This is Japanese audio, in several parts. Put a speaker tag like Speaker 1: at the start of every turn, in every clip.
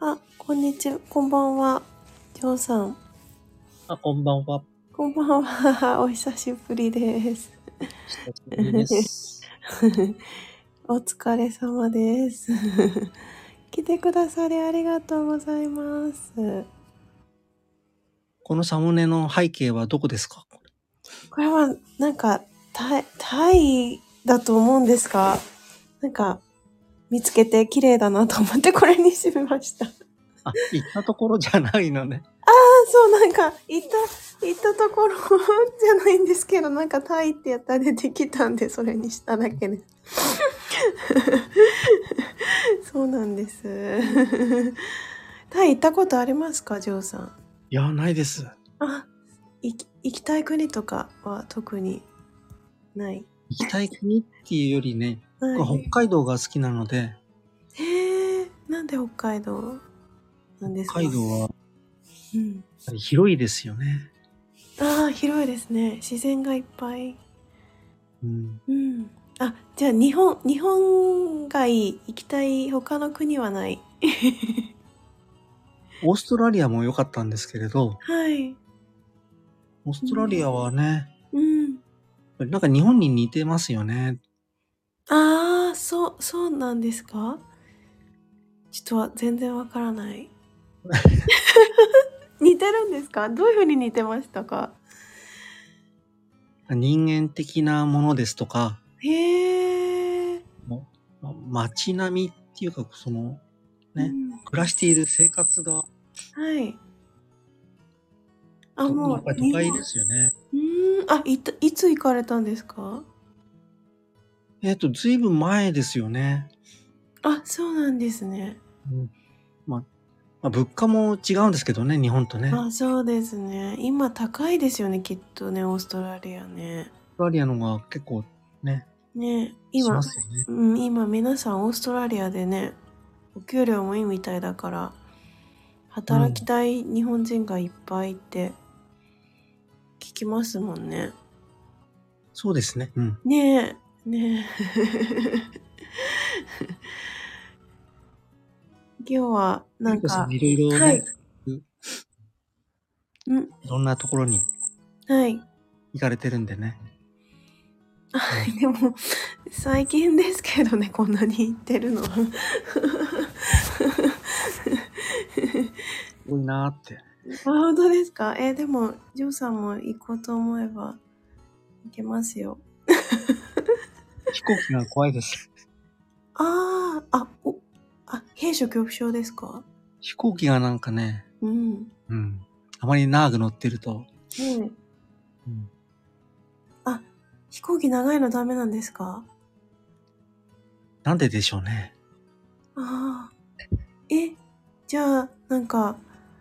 Speaker 1: あ、こんにちは。こんばんは。ジョーさん。
Speaker 2: あ、こんばんは。
Speaker 1: こんばんは。 お久しぶりです。
Speaker 2: 久しぶりです。
Speaker 1: お疲れ様です。 来てくださりありがとうございます。
Speaker 2: このサムネの背景はどこですか
Speaker 1: これは、なんか、タイ、タイだと思うんですが、なんか、見つけて綺麗だなと思ってこれにしました。あ、
Speaker 2: あ、行ったところじゃないのね。
Speaker 1: そう、なんか、行った、行ったところじゃないんですけど、なんかタイってやったら出てきたんで、それにしただけです。 そうなんです。タイ行ったことありますか、ジョーさん。
Speaker 2: いや、ないです。
Speaker 1: あ、行き行きたい国とかは特にない。
Speaker 2: 行きたい国っていうよりね、
Speaker 1: な
Speaker 2: 僕はい北海道が好きなので、
Speaker 1: へえ、なんで北海道なんですか
Speaker 2: 北海道はやっ
Speaker 1: うん。
Speaker 2: ぱり広いですよね。
Speaker 1: ああ、広いですね。自然がいっぱい。
Speaker 2: うん。
Speaker 1: うん。あ、じゃあ日本、日本がいい。行きたい他の国はない。
Speaker 2: オーストラリアも良かったんですけれど、
Speaker 1: はい。
Speaker 2: オーストラリアはね、
Speaker 1: うん。
Speaker 2: なんか日本に似てますよね。
Speaker 1: ああ、そう、そうなんですかちょっとは全然わから ない。似てるんですかどういうふうに似てましたか
Speaker 2: 人間的なものですとか、
Speaker 1: へえ。
Speaker 2: ま街並みっていうか、その、ね
Speaker 1: うん
Speaker 2: 暮らしている生活が、
Speaker 1: はい。あ、も
Speaker 2: や
Speaker 1: う
Speaker 2: っぱ。り都会
Speaker 1: 日本
Speaker 2: ですよね。
Speaker 1: うーん、あ、いた、いつ行かれたんですか
Speaker 2: えっ、と、ずいぶん前ですよね。
Speaker 1: あ、そうなんですね。
Speaker 2: うんまあ、まあ、物価も違うんですけどね、日本とね。オース
Speaker 1: あ、そうですね。今高いですよね、きっとね、オーストラリアね。
Speaker 2: トラリアの方が結構ね、
Speaker 1: ね、
Speaker 2: し
Speaker 1: 今
Speaker 2: ま、すよね。
Speaker 1: うん、今皆さんオーストラリアでね、お給料もいいみたいだから、働きたい日本人がいっぱいいて、聞きますもんね。
Speaker 2: そうですね。うん。
Speaker 1: ねえ、ね え。今日は、なん
Speaker 2: ゆうこさ
Speaker 1: か
Speaker 2: ん、いろいろね、
Speaker 1: はいい、うん、
Speaker 2: ろんなところに
Speaker 1: はい。
Speaker 2: 行かれてるんでね。
Speaker 1: はいでも、最近ですけどね、こんなに言ってるのは。
Speaker 2: すごいなーって。
Speaker 1: あ、本当ですかえーでも、ジョーさんも行こうと思えば、行けますよ。
Speaker 2: 飛行機が怖 いです。
Speaker 1: あー、あ、お、あ、閉所恐怖症ですか
Speaker 2: 飛行機がなんかね、
Speaker 1: うん。
Speaker 2: うん。あまり長く乗ってると、
Speaker 1: ねえ
Speaker 2: うん
Speaker 1: 飛行機長いのダメなんですか
Speaker 2: なんででしょうね。
Speaker 1: あー。え、じゃあ、なんか、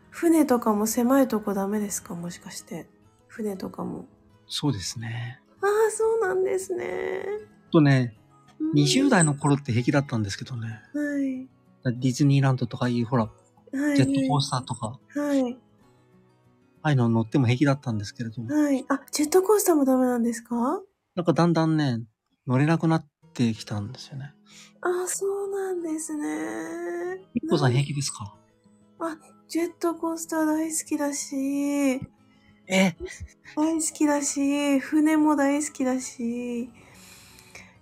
Speaker 1: 船とかも狭いとこダメですかもしかして。船とかも。
Speaker 2: そうですね。
Speaker 1: ああ、そうなんですね。
Speaker 2: とね、
Speaker 1: うん
Speaker 2: 20代の頃って平気だったんですけどね。
Speaker 1: はい。
Speaker 2: ディズニーランドとかいう、ほら、
Speaker 1: はい。
Speaker 2: ジェットコースターとか、
Speaker 1: はい。
Speaker 2: ああいうの乗っても平気だったんですけれども、
Speaker 1: はい。あ、ジェットコースターもダメなんですかあ
Speaker 2: なんかだんだんね、乗れなくなってきたんですよね。
Speaker 1: ー、そうなんですね。
Speaker 2: ゆっこさん
Speaker 1: な
Speaker 2: 平気ですか
Speaker 1: ジェットコースター大好きだし、
Speaker 2: え
Speaker 1: 大好きだし、船も大好きだし、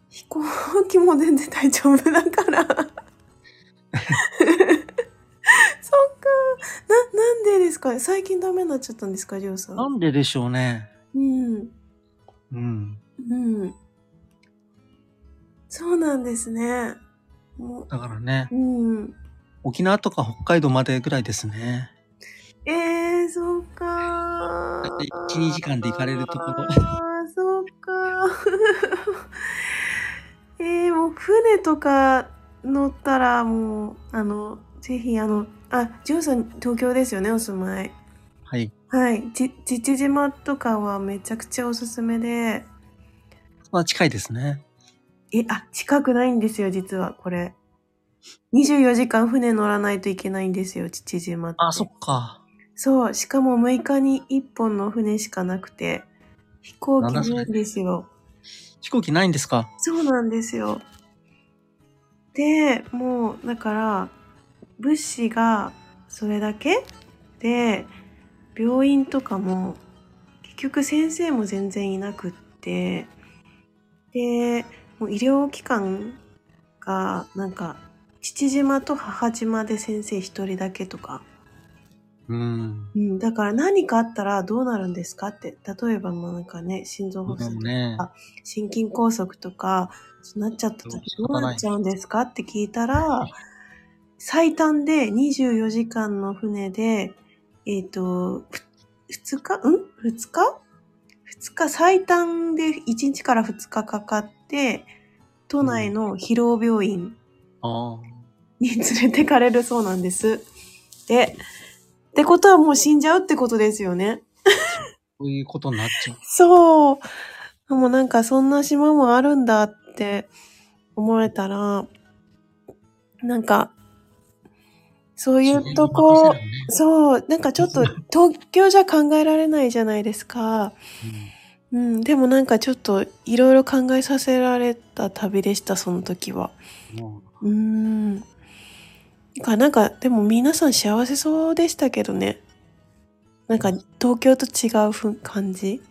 Speaker 1: 飛行機も全然大丈夫だ から。そっか。な、なんでですか最近ダメになっちゃったんですか、りょうさん。
Speaker 2: なんででしょうね。
Speaker 1: うん。
Speaker 2: うん。
Speaker 1: うん。そうなんですね。も
Speaker 2: だからね
Speaker 1: う、、うん。
Speaker 2: 沖縄とか北海道までぐらいですね。
Speaker 1: ええー、そうか
Speaker 2: だっ
Speaker 1: ー
Speaker 2: て。1 2時間で行かれるところ
Speaker 1: ああ、 そうかー。 えー、もう船とか乗ったらもう、あの、ぜひあの、あ、ジョーさん東京ですよね、お住まい。
Speaker 2: はい。
Speaker 1: はい。ち、父島とかはめちゃくちゃおすすめで、
Speaker 2: まあ近いですね。
Speaker 1: え、あ、近くないんですよ、実は、これ。24時間船乗らないといけないんですよ、父島って。
Speaker 2: あ、そっか。
Speaker 1: そう、しかも6日に1本の船しかなくて、飛行機ないんですよ。
Speaker 2: 飛行機ないんですか
Speaker 1: そうなんですよ。で、もう、だから、物資がそれだけで病院とかも結局先生も全然いなくってでもう医療機関がなんか父島と母島で先生一人だけとか、
Speaker 2: うん。
Speaker 1: うん、だから何かあったらどうなるんですかって例えばもうなんかね心臓発
Speaker 2: で
Speaker 1: 作
Speaker 2: もね、
Speaker 1: 心筋梗塞とかなっちゃった時
Speaker 2: ど
Speaker 1: ど
Speaker 2: う
Speaker 1: う
Speaker 2: な
Speaker 1: な
Speaker 2: っ
Speaker 1: っ
Speaker 2: ち
Speaker 1: ちゃうんですかって聞いたら最短で24時間の船でえっ、と2日うん2日 ?2 日最短で1日から2日かかって都内の疲労病院
Speaker 2: ああ。
Speaker 1: に連れてかれるそうなんです。でってことはもう死んじゃうってことですよね。
Speaker 2: こういうことになっちゃう。
Speaker 1: そう。でもなんかそんな島もあるんだって思えたら、なんか、そういうとこ、そう、なんかちょっと東京じゃ考えられないじゃないですか。うん、でもなんかちょっといろいろ考えさせられた旅でした、その時は。
Speaker 2: うん。も
Speaker 1: うーん。なんかなんか、でも皆さん幸せそうでしたけどね。なんか東京と違うふん感じ。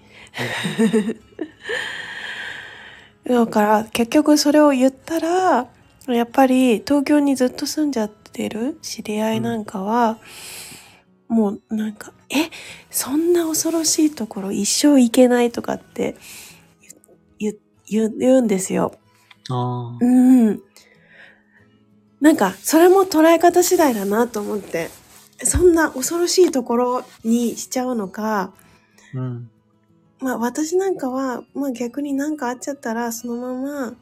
Speaker 1: だから結局それを言ったら、やっぱり東京にずっと住んじゃってる知り合いなんかは、もうなんか、え、そんな恐ろしいところ一生行けないとかって言言言言うんですよ。
Speaker 2: うああ。
Speaker 1: うん。なんか、それも捉え方次第だなと思って。そんな恐ろしいところにしちゃうのか、
Speaker 2: うん。
Speaker 1: まあ私なんかは、まあ逆になんかあっちゃったら、そのまま、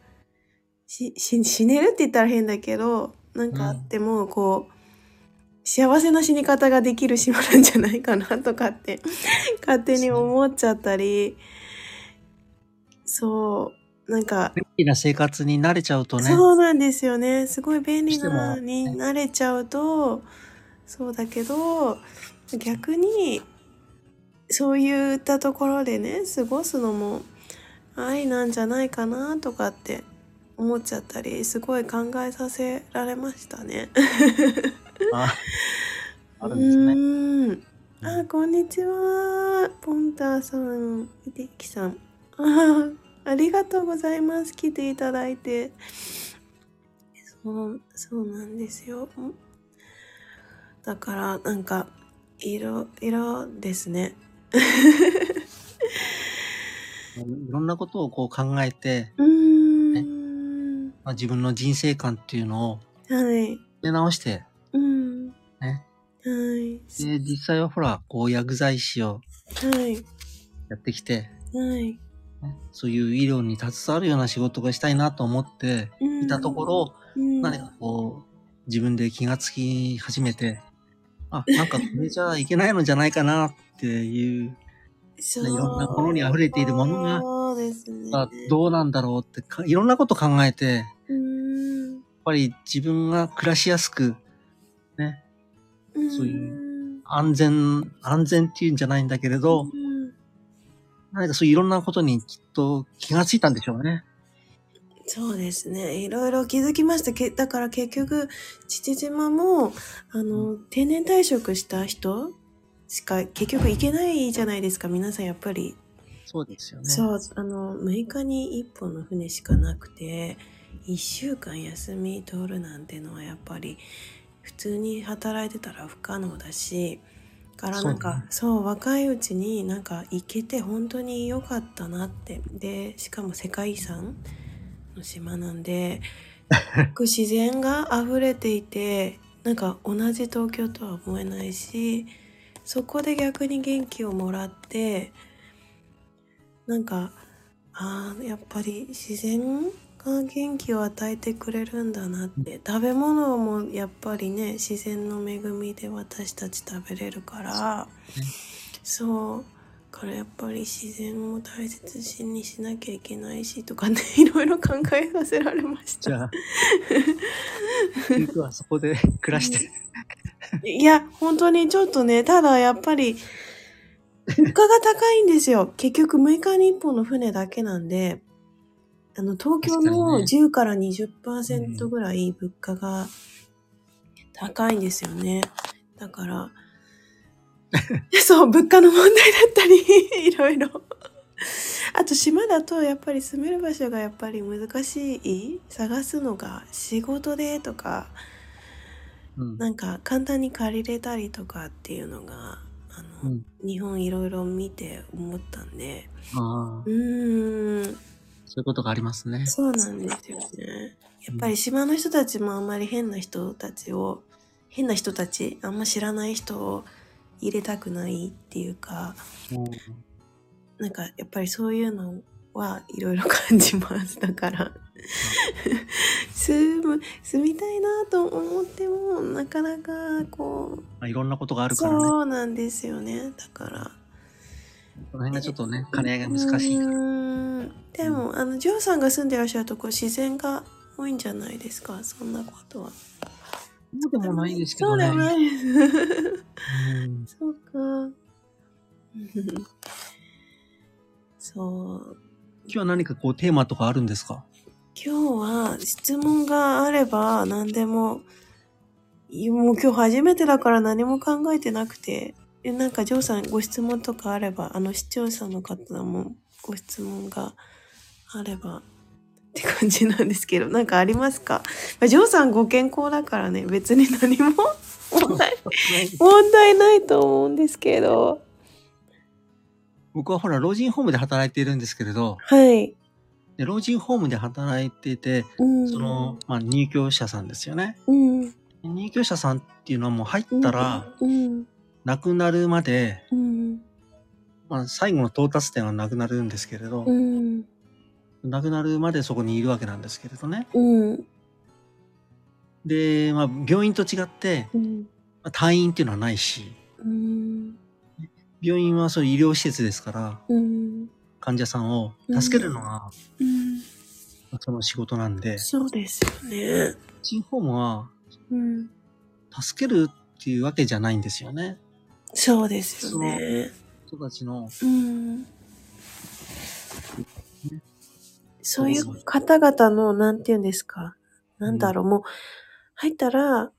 Speaker 1: し、 し、死ねるって言ったら変だけど、なんかあっても、こう、幸せな死に方ができる島なんじゃないかなとか って、勝手に思っちゃったり、そう、なんか、
Speaker 2: 便利な生活に慣れちゃうとね。
Speaker 1: そうなんですよね。すごい便利
Speaker 2: ど
Speaker 1: なの
Speaker 2: うして
Speaker 1: に
Speaker 2: も
Speaker 1: 慣れちゃうと、そうだけど、逆に、そういったところでね、過ごすのも愛なんじゃないかなとかって思っちゃったり、すごい考えさせられましたね。
Speaker 2: ああるんです
Speaker 1: う
Speaker 2: ね。
Speaker 1: ーんあ、こんにちは。ポンターさん、いてきさん。 あーありがとうございます。来ていただいて。そう、そうなんですよ。んだから、なんか、色、色ですね。
Speaker 2: いろんなことをこう考えて、
Speaker 1: うーん。
Speaker 2: まあ、自分の人生観っていうのを
Speaker 1: はい。
Speaker 2: 出直して、
Speaker 1: うん。
Speaker 2: ね。
Speaker 1: はい。
Speaker 2: で、実際はほら、こう薬剤師を
Speaker 1: はい。
Speaker 2: やってきて、
Speaker 1: はい。
Speaker 2: ねそういう医療に携わるような仕事がしたいなと思って
Speaker 1: うん
Speaker 2: いたところ、、
Speaker 1: うん
Speaker 2: 何かこう、自分で気がつき始めて、あ、なんかこれじゃいけないのじゃないかなっていう、
Speaker 1: そう
Speaker 2: いろんなものに溢れているものが
Speaker 1: そうですね。
Speaker 2: あどうなんだろうってか、いろんなこと考えて、やっ
Speaker 1: うーん。
Speaker 2: ぱり自分が暮らしやすく、ね、そう
Speaker 1: い
Speaker 2: 安全、安全っていうんじゃないんだけれど、
Speaker 1: うん
Speaker 2: 何かそういういろんなことにきっと気がついたんでしょうね。
Speaker 1: そうですね。いろいろ気づきました。けだから結局、父島も、あの、定年退職した人しか結局行けないじゃないですか。皆さんやっぱり。
Speaker 2: そうですよね。
Speaker 1: そう、あの、6日に1本の船しかなくて、1週間休み取るなんてのはやっぱり、普通に働いてたら不可能だし、からなんか、そう,、若いうちになんか行けて本当に良かったなって。で、しかも世界遺産の島なんで、すごく自然が溢れていて、なんか同じ東京とは思えないし、そこで逆に元気をもらって、なんかあーやっぱり自然が元気を与えてくれるんだなって食べ物もやっぱりね自然の恵みで私たち食べれるから
Speaker 2: そうね
Speaker 1: そうだからやっぱり自然を大切にしなきゃいけないしとかね いろいろ考えさせられまし
Speaker 2: じ
Speaker 1: た
Speaker 2: ゃあ、僕はそこで暮らして、
Speaker 1: いや本当にちょっとねただやっぱり物価が高いんですよ結局6日に1本の船だけなんであの東京の
Speaker 2: 確かに
Speaker 1: 10から20%ぐらい物価が高いんですよね。だ から、そう、物価の問題だったり、い ろいろ。あと島だとやっぱり住める場所がやっぱり難しい探すのが仕事でとか
Speaker 2: うん。
Speaker 1: なんか簡単に借りれたりとかっていうのがあの、
Speaker 2: うん
Speaker 1: 日本いろいろ見て思ったんで
Speaker 2: ああ
Speaker 1: う、ーん
Speaker 2: そういうことがありますね。
Speaker 1: そうなんですよねやっぱり島の人たちもあんまり変な人たちを変な人たちあんま知らない人を入れたくないっていうか
Speaker 2: うん
Speaker 1: なんかやっぱりそういうのはいろいろ感じますだから 住む住みたいなと思ってもなかなかこ
Speaker 2: まあ、いろんなことがあ
Speaker 1: う
Speaker 2: るからね。
Speaker 1: そうなんですよねだから
Speaker 2: この辺がちょっとね、兼ね合いが難しいうから。
Speaker 1: ーんでもあのジョーさんが住んでらっしゃるとこ自然が多いんじゃないですかそんなことは
Speaker 2: そうでもないですけ
Speaker 1: そ
Speaker 2: ど
Speaker 1: うで
Speaker 2: ね。
Speaker 1: もない いです
Speaker 2: うん
Speaker 1: そうかそう
Speaker 2: 今日は何かこうテーマとかあるんで すか
Speaker 1: 今日は質問があれば何でも、いやもう今日初めてだから何も考えてなくて、えなんかジョーさんご質問とかあれば、あの視聴者の方もご質問があればって感じなんですけど、なんかありますかまあジョーさんご健康だからね、別に何も 問題、問題ないと思うんですけど。
Speaker 2: 僕はほら、老人ホームで働いているんですけれど、
Speaker 1: はい。
Speaker 2: で老人ホームで働いていて、
Speaker 1: うん。
Speaker 2: その、、まあ、入居者さんですよね。
Speaker 1: うん。
Speaker 2: 入居者さんっていうのはもう入ったら、、
Speaker 1: うん。
Speaker 2: 亡くなるまで、
Speaker 1: うん。
Speaker 2: まあ、最後の到達点はなくなるんですけれど
Speaker 1: う、ん。
Speaker 2: 亡くなるまでそこにいるわけなんですけれどね。
Speaker 1: うん。
Speaker 2: で、まあ、病院と違って、
Speaker 1: うん。
Speaker 2: まあ退院っていうのはないし、
Speaker 1: うん
Speaker 2: 病院はそういう医療施設ですから、
Speaker 1: うん
Speaker 2: 患者さんを助けるのが、
Speaker 1: うん
Speaker 2: その仕事なんで、
Speaker 1: そうですよね。
Speaker 2: 老人ホームは
Speaker 1: うん、
Speaker 2: 助けるっていうわけじゃないんですよね。
Speaker 1: そうですよね。
Speaker 2: 人たちの、
Speaker 1: うん。そういう方々の、なんていうんですか。なんだろう、もう、入ったら、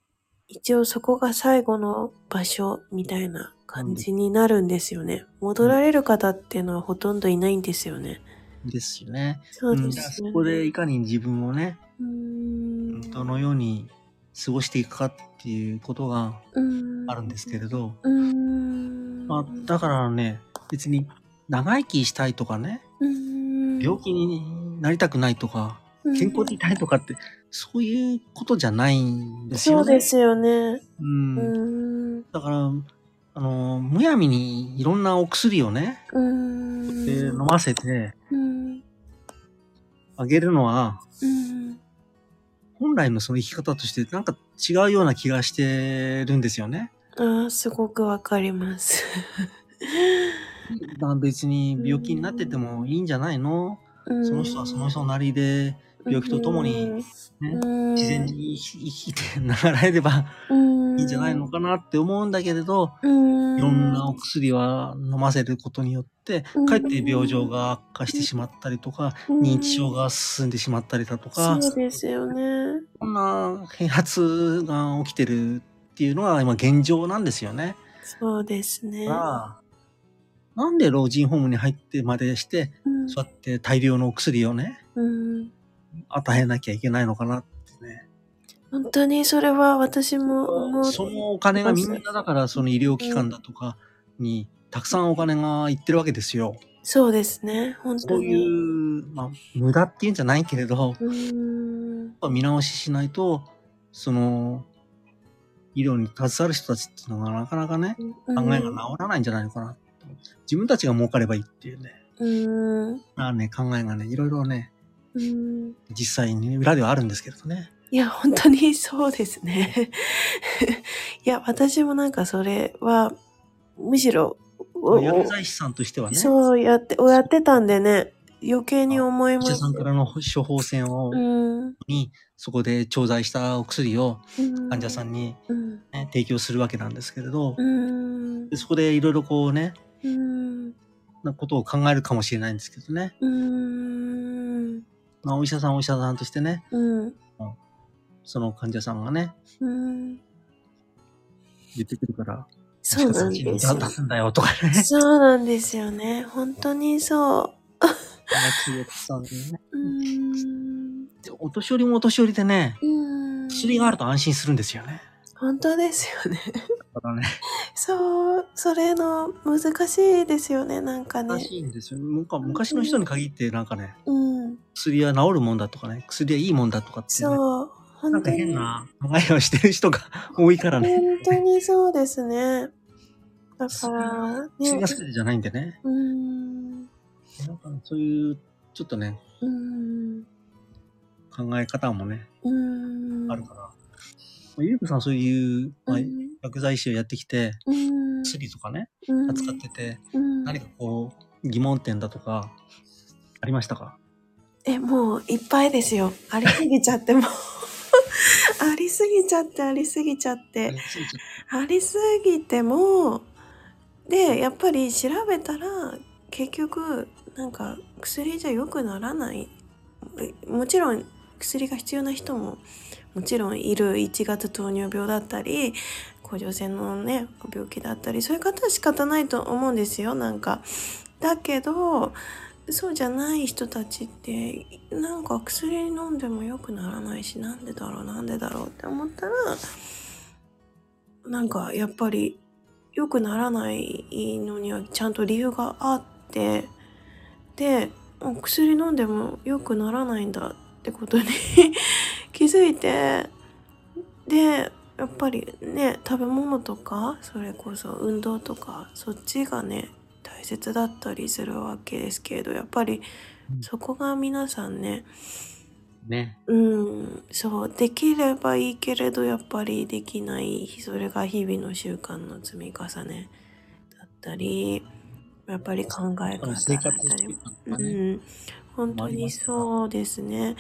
Speaker 1: 一応そこが最後の場所みたいな感じになるんですよね。戻られる方っていうのはほとんどいないんですよね。
Speaker 2: ですよね。
Speaker 1: そうんで
Speaker 2: じゃあ
Speaker 1: す
Speaker 2: そ
Speaker 1: よね。
Speaker 2: こでいかに自分をね、
Speaker 1: うん、
Speaker 2: どのように過ごしていくかっていうことがあるんですけれど、
Speaker 1: うん。
Speaker 2: まあ、だからね、別に長生きしたいとかね、
Speaker 1: うん、
Speaker 2: 病気になりたくないとか、健康で
Speaker 1: う
Speaker 2: い
Speaker 1: ん
Speaker 2: たいとかって、そういうことじゃないんです
Speaker 1: そ
Speaker 2: よね。
Speaker 1: うですよね。
Speaker 2: う。
Speaker 1: うんん。
Speaker 2: だから、あの、むやみにいろんなお薬をね、
Speaker 1: うん。
Speaker 2: で飲ませて
Speaker 1: うん。
Speaker 2: あげるのは、
Speaker 1: うん。
Speaker 2: 本来のその生き方としてなんか違うような気がしてるんですよね。
Speaker 1: ああ、すごくわかります。
Speaker 2: だから別に病気になっててもいいんじゃないの
Speaker 1: そ
Speaker 2: その人はその人なりで病気とともに、ね、自然に生きて流れればいいんじゃないの
Speaker 1: か。
Speaker 2: かなって思うんだけれど、
Speaker 1: うん。
Speaker 2: いろんなお薬は飲ませることによって
Speaker 1: うん、
Speaker 2: かえって病状が悪化してしまったりとか、認知症が進んでしまったりだとか
Speaker 1: うん。、そうですよね。
Speaker 2: こんな変発が起きてるっていうのが今現状なんですよね。
Speaker 1: そうですね。
Speaker 2: ああなんで老人ホームに入ってまでして、
Speaker 1: うん
Speaker 2: そうやって大量のお薬をね、
Speaker 1: うん。
Speaker 2: 与えなきゃいけないのかなってね。
Speaker 1: 本当にそれは私も思う。
Speaker 2: そのお金がみんなだから、その医療機関だとかに、たくさんお金がいってるわけですよ。
Speaker 1: そうですね。本
Speaker 2: そ
Speaker 1: 当
Speaker 2: うい
Speaker 1: に。
Speaker 2: う、まあ、無駄っていうんじゃないけれど、やっ
Speaker 1: うん。
Speaker 2: ぱ見直ししないと、その、医療に携わる人たちっていうのがなかなかね、考えが治らないんじゃないのかなと思う。自分たちが儲かればいいっていうね。
Speaker 1: うん。
Speaker 2: まあね、考えがね、いろいろね、
Speaker 1: うん。
Speaker 2: 実際に裏ではあるんですけれどね。
Speaker 1: いや、本当にそうですね。いや、私もなんかそれは、むしろ、おお
Speaker 2: 薬剤師さんとしてはね、
Speaker 1: そうやって、おやってたんでね、余計に思い
Speaker 2: お
Speaker 1: ま
Speaker 2: 医者
Speaker 1: す
Speaker 2: さ。んからの処方箋を、
Speaker 1: うん
Speaker 2: に、そこで調剤したお薬を
Speaker 1: うん
Speaker 2: 患者さんに、
Speaker 1: うん。
Speaker 2: ね、提供するわけなんですけれど、
Speaker 1: うん
Speaker 2: で。そこでいろいろこうね、
Speaker 1: うん。
Speaker 2: なことを考えるかもしれないんですけどね。
Speaker 1: うん。
Speaker 2: まあ、お医者さん、お医者さんとしてね、
Speaker 1: うん。
Speaker 2: その患者さんがね、
Speaker 1: うん。
Speaker 2: 言ってくるから、
Speaker 1: そうなん
Speaker 2: も
Speaker 1: で
Speaker 2: し
Speaker 1: す
Speaker 2: かしたら
Speaker 1: よ
Speaker 2: そっちに出すんだよとかね。
Speaker 1: そうなんですよね。本当にそ
Speaker 2: 話をしたんでね。
Speaker 1: う。うーん。
Speaker 2: でお年寄りもお年寄りでね、
Speaker 1: うーん。
Speaker 2: 薬があると安心するんですよね。
Speaker 1: 本当ですよね。
Speaker 2: だからね、
Speaker 1: そう、それの難しいですよね、なんか
Speaker 2: ら
Speaker 1: ね。
Speaker 2: しいんですよ。なんか昔の人に限ってなんかね、
Speaker 1: うん。
Speaker 2: 薬は治るもんだとかね、薬はいいもんだとかってね、
Speaker 1: そう、
Speaker 2: な
Speaker 1: 本
Speaker 2: ん
Speaker 1: 当
Speaker 2: か
Speaker 1: に
Speaker 2: 変。な考えをしてる人が多いからね。
Speaker 1: 本当にそうですね。だから、
Speaker 2: 薬
Speaker 1: ね
Speaker 2: が。全てじゃないんでね。
Speaker 1: うーん。
Speaker 2: なんかそういう、ちょっとね、
Speaker 1: うーん。
Speaker 2: 考え方もね、
Speaker 1: うーん。
Speaker 2: あるから。まあゆうこさんそういう、まあ
Speaker 1: う、ん
Speaker 2: 薬剤師をやってきて、
Speaker 1: うん。
Speaker 2: 薬とかね、
Speaker 1: うん
Speaker 2: 扱ってて、
Speaker 1: うん
Speaker 2: 何かこう、疑問点だとか、ありましたか
Speaker 1: え、もういっぱいですよ。ありすぎちゃってもう。 ありすぎちゃって、ありすぎちゃって。ありすぎてもでやっぱり調べたら結局なんか薬じゃ良くならないもちろん薬が必要な人ももちろんいる1月糖尿病だったり甲状腺のね病気だったりそういう方は仕方ないと思うんですよなんか。だけどそうじゃない人たちってなんか薬飲んでも良くならないしなんでだろうなんでだろうって思ったらなんかやっぱり良くならないのにはちゃんと理由があってであ薬飲んでも良くならないんだってことに 気づいてでやっぱりね食べ物とかそれこそ運動とかそっちがね大切だったりするわけですけれどやっぱり
Speaker 2: うん
Speaker 1: そこが皆さんね
Speaker 2: ね。
Speaker 1: うん、そう、できればいいけれど、やっぱりできない、それが日々の習慣の積み重ねだったり、やっぱり考え方だっ
Speaker 2: 生活
Speaker 1: た
Speaker 2: して
Speaker 1: り
Speaker 2: る、
Speaker 1: う
Speaker 2: のがね。
Speaker 1: ん、本当にそうですね。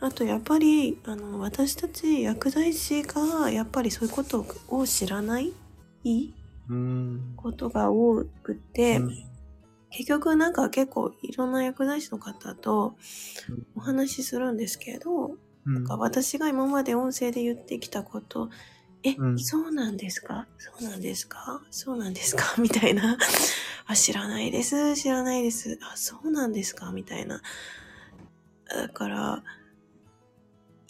Speaker 1: あとやっぱりあの私たち薬剤師がやっぱりそういうことを知らない
Speaker 2: うん。
Speaker 1: ことが多くて、
Speaker 2: うん
Speaker 1: 結局なんか結構いろんな薬剤師の方とお話しするんですけれど、
Speaker 2: うん
Speaker 1: なんか私が今まで音声で言ってきたこと、え、
Speaker 2: うん
Speaker 1: そうなんですかそうなんですかそうなんですか みたいな。あ、知らないです。知らないです。あ、そうなんですかみたいな。だから、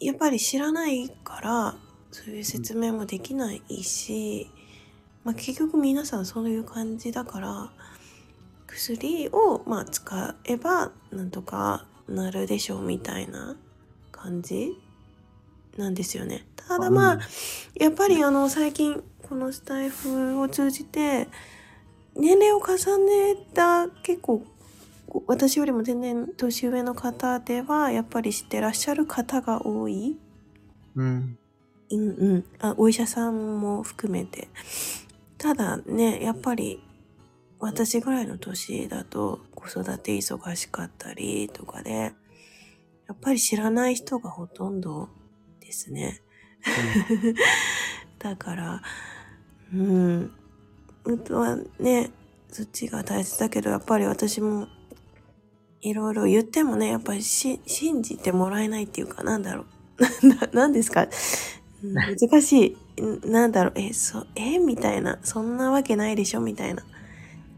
Speaker 1: やっぱり知らないから、そういう説明もできないし、まあ、結局皆さんそういう感じだから、薬をまあ使えばなんとかなるでしょうみたいな感じなんですよね。ただまあ、やっぱりあの最近このスタイフを通じて年齢を重ねた結構こう私よりも全然年上の方ではやっぱり知ってらっしゃる方が多い。
Speaker 2: うん。
Speaker 1: うんうん、あお医者さんも含めてただねやっぱり私ぐらいの年だと子育て忙しかったりとかでやっぱり知らない人がほとんどですね だからうん本当はねそっちが大切だけどやっぱり私もいろいろ言ってもねやっぱりし信じてもらえないっていうかなんだろう ななんですかうん難しい。んなんだろう、え、そ、えみたいな、そんなわけないでしょみたいな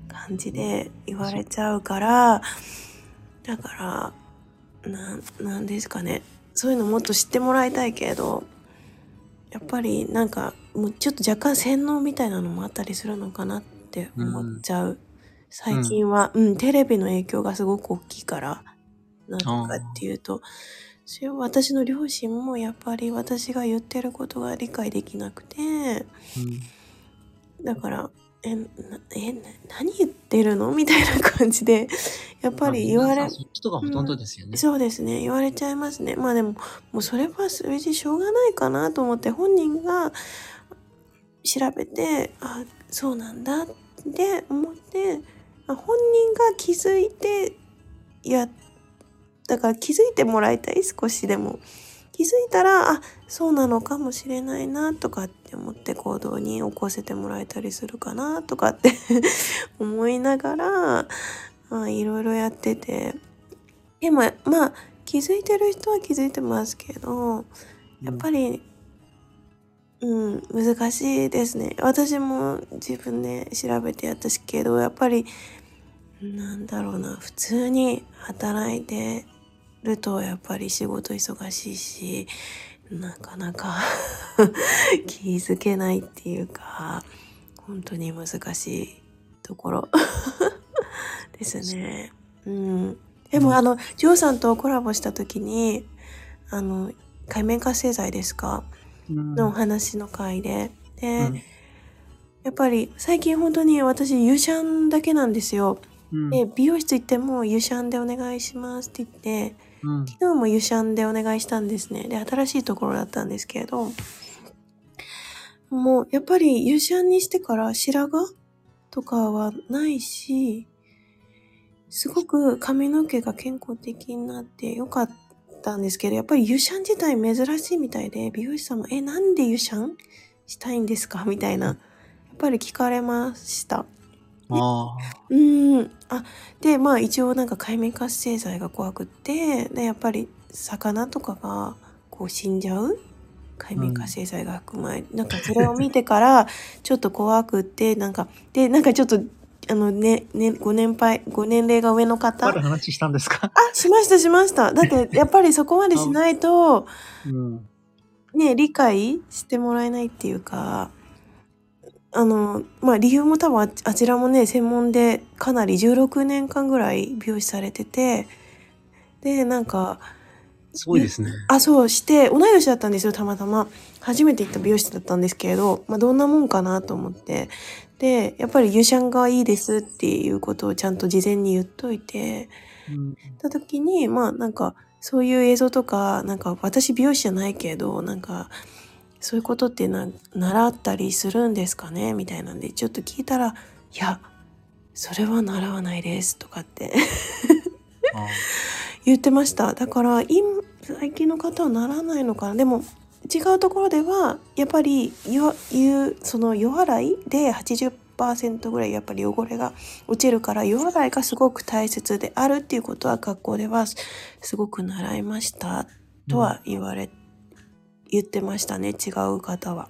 Speaker 1: 感じで言われちゃうから、だから、なん、なんですかね。そういうのもっと知ってもらいたいけれど、やっぱりなんか、もうちょっと若干洗脳みたいなのもあったりするのかなって思っちゃう。最近は、うん、テレビの影響がすごく大きいから、なんとかっていうと、それは私の両親もやっぱり私が言ってることが理解できなくて
Speaker 2: うん
Speaker 1: だから「えなえな何言ってるの?」みたいな感じでやっぱり言わ
Speaker 2: まあ
Speaker 1: れ
Speaker 2: 皆さんそういう人がほとんどですよね。
Speaker 1: そうですね言われちゃいますねまあでももうそれは数字しょうがないかなと思って本人が調べてあそうなんだって思ってあ本人が気づいていやだから気づいてもらいたい少しでも気づいたらあそうなのかもしれないなとかって思って行動に起こせてもらえたりするかなとかって 思いながらあいろいろやっててでもまあ気づいてる人は気づいてますけどやっぱりうん、難しいですね。私も自分で調べてやったしけど、やっぱり、なんだろうな、普通に働いてると、やっぱり仕事忙しいし、なかなか 気づけないっていうか、本当に難しいところ ですね。うん。でも、あの、ジョーさんとコラボした時に、あの、海面活性剤ですか
Speaker 2: うん
Speaker 1: のお話の回で。で、
Speaker 2: うん
Speaker 1: やっぱり最近本当に私ユシャンだけなんですよ。
Speaker 2: うん
Speaker 1: で美容室行ってもユシャンでお願いしますって言って
Speaker 2: うん
Speaker 1: 昨日もユシャンでお願いしたんですね。で新しいところだったんですけれどもうやっぱりユシャンにしてから白髪とかはないしすごく髪の毛が健康的になってよかったんですけどやっぱりユシャン自体珍しいみたいで美容師さんも「えなんでユシャンしたいんですか?」みたいなやっぱり聞かれました。
Speaker 2: あ
Speaker 1: うーんあでまあ一応なんか海面活性剤が怖くってでやっぱり魚とかがこう死んじゃう海面活性剤が含まれ、なんかそれを見てからちょっと怖くってなんかでなんかちょっとあのねねご年配ご年齢が上の
Speaker 2: あ。
Speaker 1: 方
Speaker 2: まだ
Speaker 1: あ
Speaker 2: 話したんですか
Speaker 1: しましたしましただってやっぱりそこまでしないと
Speaker 2: うん。
Speaker 1: ね理解してもらえないっていうかあのまあ理由も多分ああちらもね専門でかなり16年間ぐらい美容師されててでなんか
Speaker 2: すごいですね。
Speaker 1: あそうして同い年だったんですよたまたま初めて行った美容室だったんですけれど、まあ、どんなもんかなと思ってでやっぱり「油シャンがいいです」っていうことをちゃんと事前に言っといて
Speaker 2: うん
Speaker 1: った時にまあなんかそういう映像とかなんか私美容師じゃないけどなんかそういうことってな習ったりするんですかねみたいなんでちょっと聞いたら「いやそれは習わないです」とかって
Speaker 2: あ
Speaker 1: 言ってましただから今最近の方はならないのかなでも違うところではやっぱりよいうその夜洗いで80%ぐらいやっぱり汚れが落ちるから夜洗いがすごく大切であるっていうことは学校ではすすごく習いましたとは言われ、言ってましたね違う方は。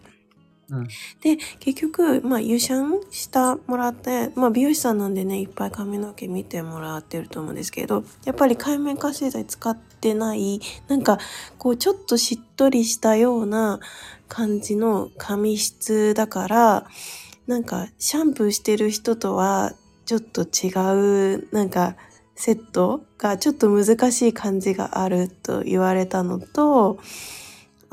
Speaker 2: うん
Speaker 1: で結局まあ油シャンしたもらって、まあ、美容師さんなんでねいっぱい髪の毛見てもらってると思うんですけどやっぱり海面活性剤使ってないなんかこうちょっとしっとりしたような感じの髪質だからなんかシャンプーしてる人とはちょっと違うなんかセットがちょっと難しい感じがあると言われたのと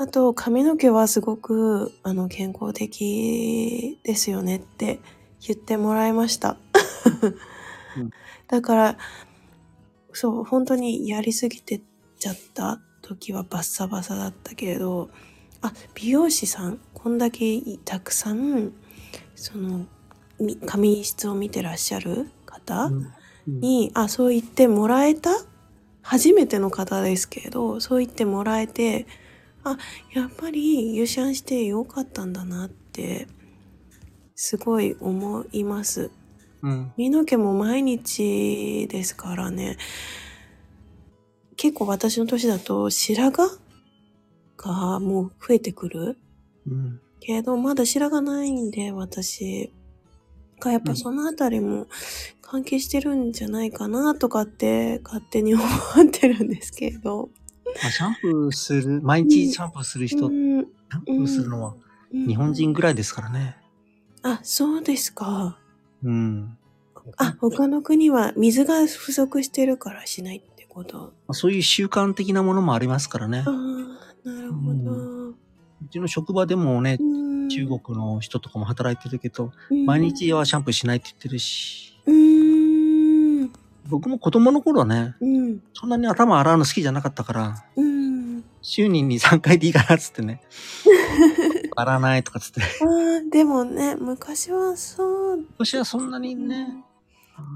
Speaker 1: あと髪の毛はすごくあの健康的ですよねって言ってもらいました、
Speaker 2: うん
Speaker 1: だからそう本当にやりすぎてっちゃった時はバッサバサだったけれどあ美容師さんこんだけたくさんそのみ髪質を見てらっしゃる方、
Speaker 2: うんうん
Speaker 1: にあそう言ってもらえた初めての方ですけどそう言ってもらえてあやっぱり優シャンしてよかったんだなってすごい思います。
Speaker 2: うん
Speaker 1: 身の毛も毎日ですからね結構私の年だと白髪がもう増えてくる
Speaker 2: うん
Speaker 1: けどまだ白髪ないんで私がやっぱそのあたりも関係してるんじゃないかなとかって勝手に思ってるんですけど
Speaker 2: まあシャンプーする、毎日シャンプーする人、
Speaker 1: う
Speaker 2: シ
Speaker 1: ん
Speaker 2: ャンプーするのは
Speaker 1: うん
Speaker 2: 日本人ぐらいですからね。
Speaker 1: あそうですか
Speaker 2: うん。
Speaker 1: あ他の国は水が不足してるからしないってこと
Speaker 2: まあそういう習慣的なものもありますからね
Speaker 1: あ。あなるほど、
Speaker 2: うちの職場でもね
Speaker 1: う、ん、
Speaker 2: 中国の人とかも働いてるけど、
Speaker 1: 国
Speaker 2: 毎日はシャンプーしないって言ってるし、
Speaker 1: うん
Speaker 2: 僕も子供の頃はね、
Speaker 1: うん
Speaker 2: そんなに頭洗うの好きじゃなかったから、
Speaker 1: うん
Speaker 2: 週に2、3回でいいかなっつってね。洗わないとかっつって。
Speaker 1: あーでもね昔はそう
Speaker 2: 昔はそんなにね、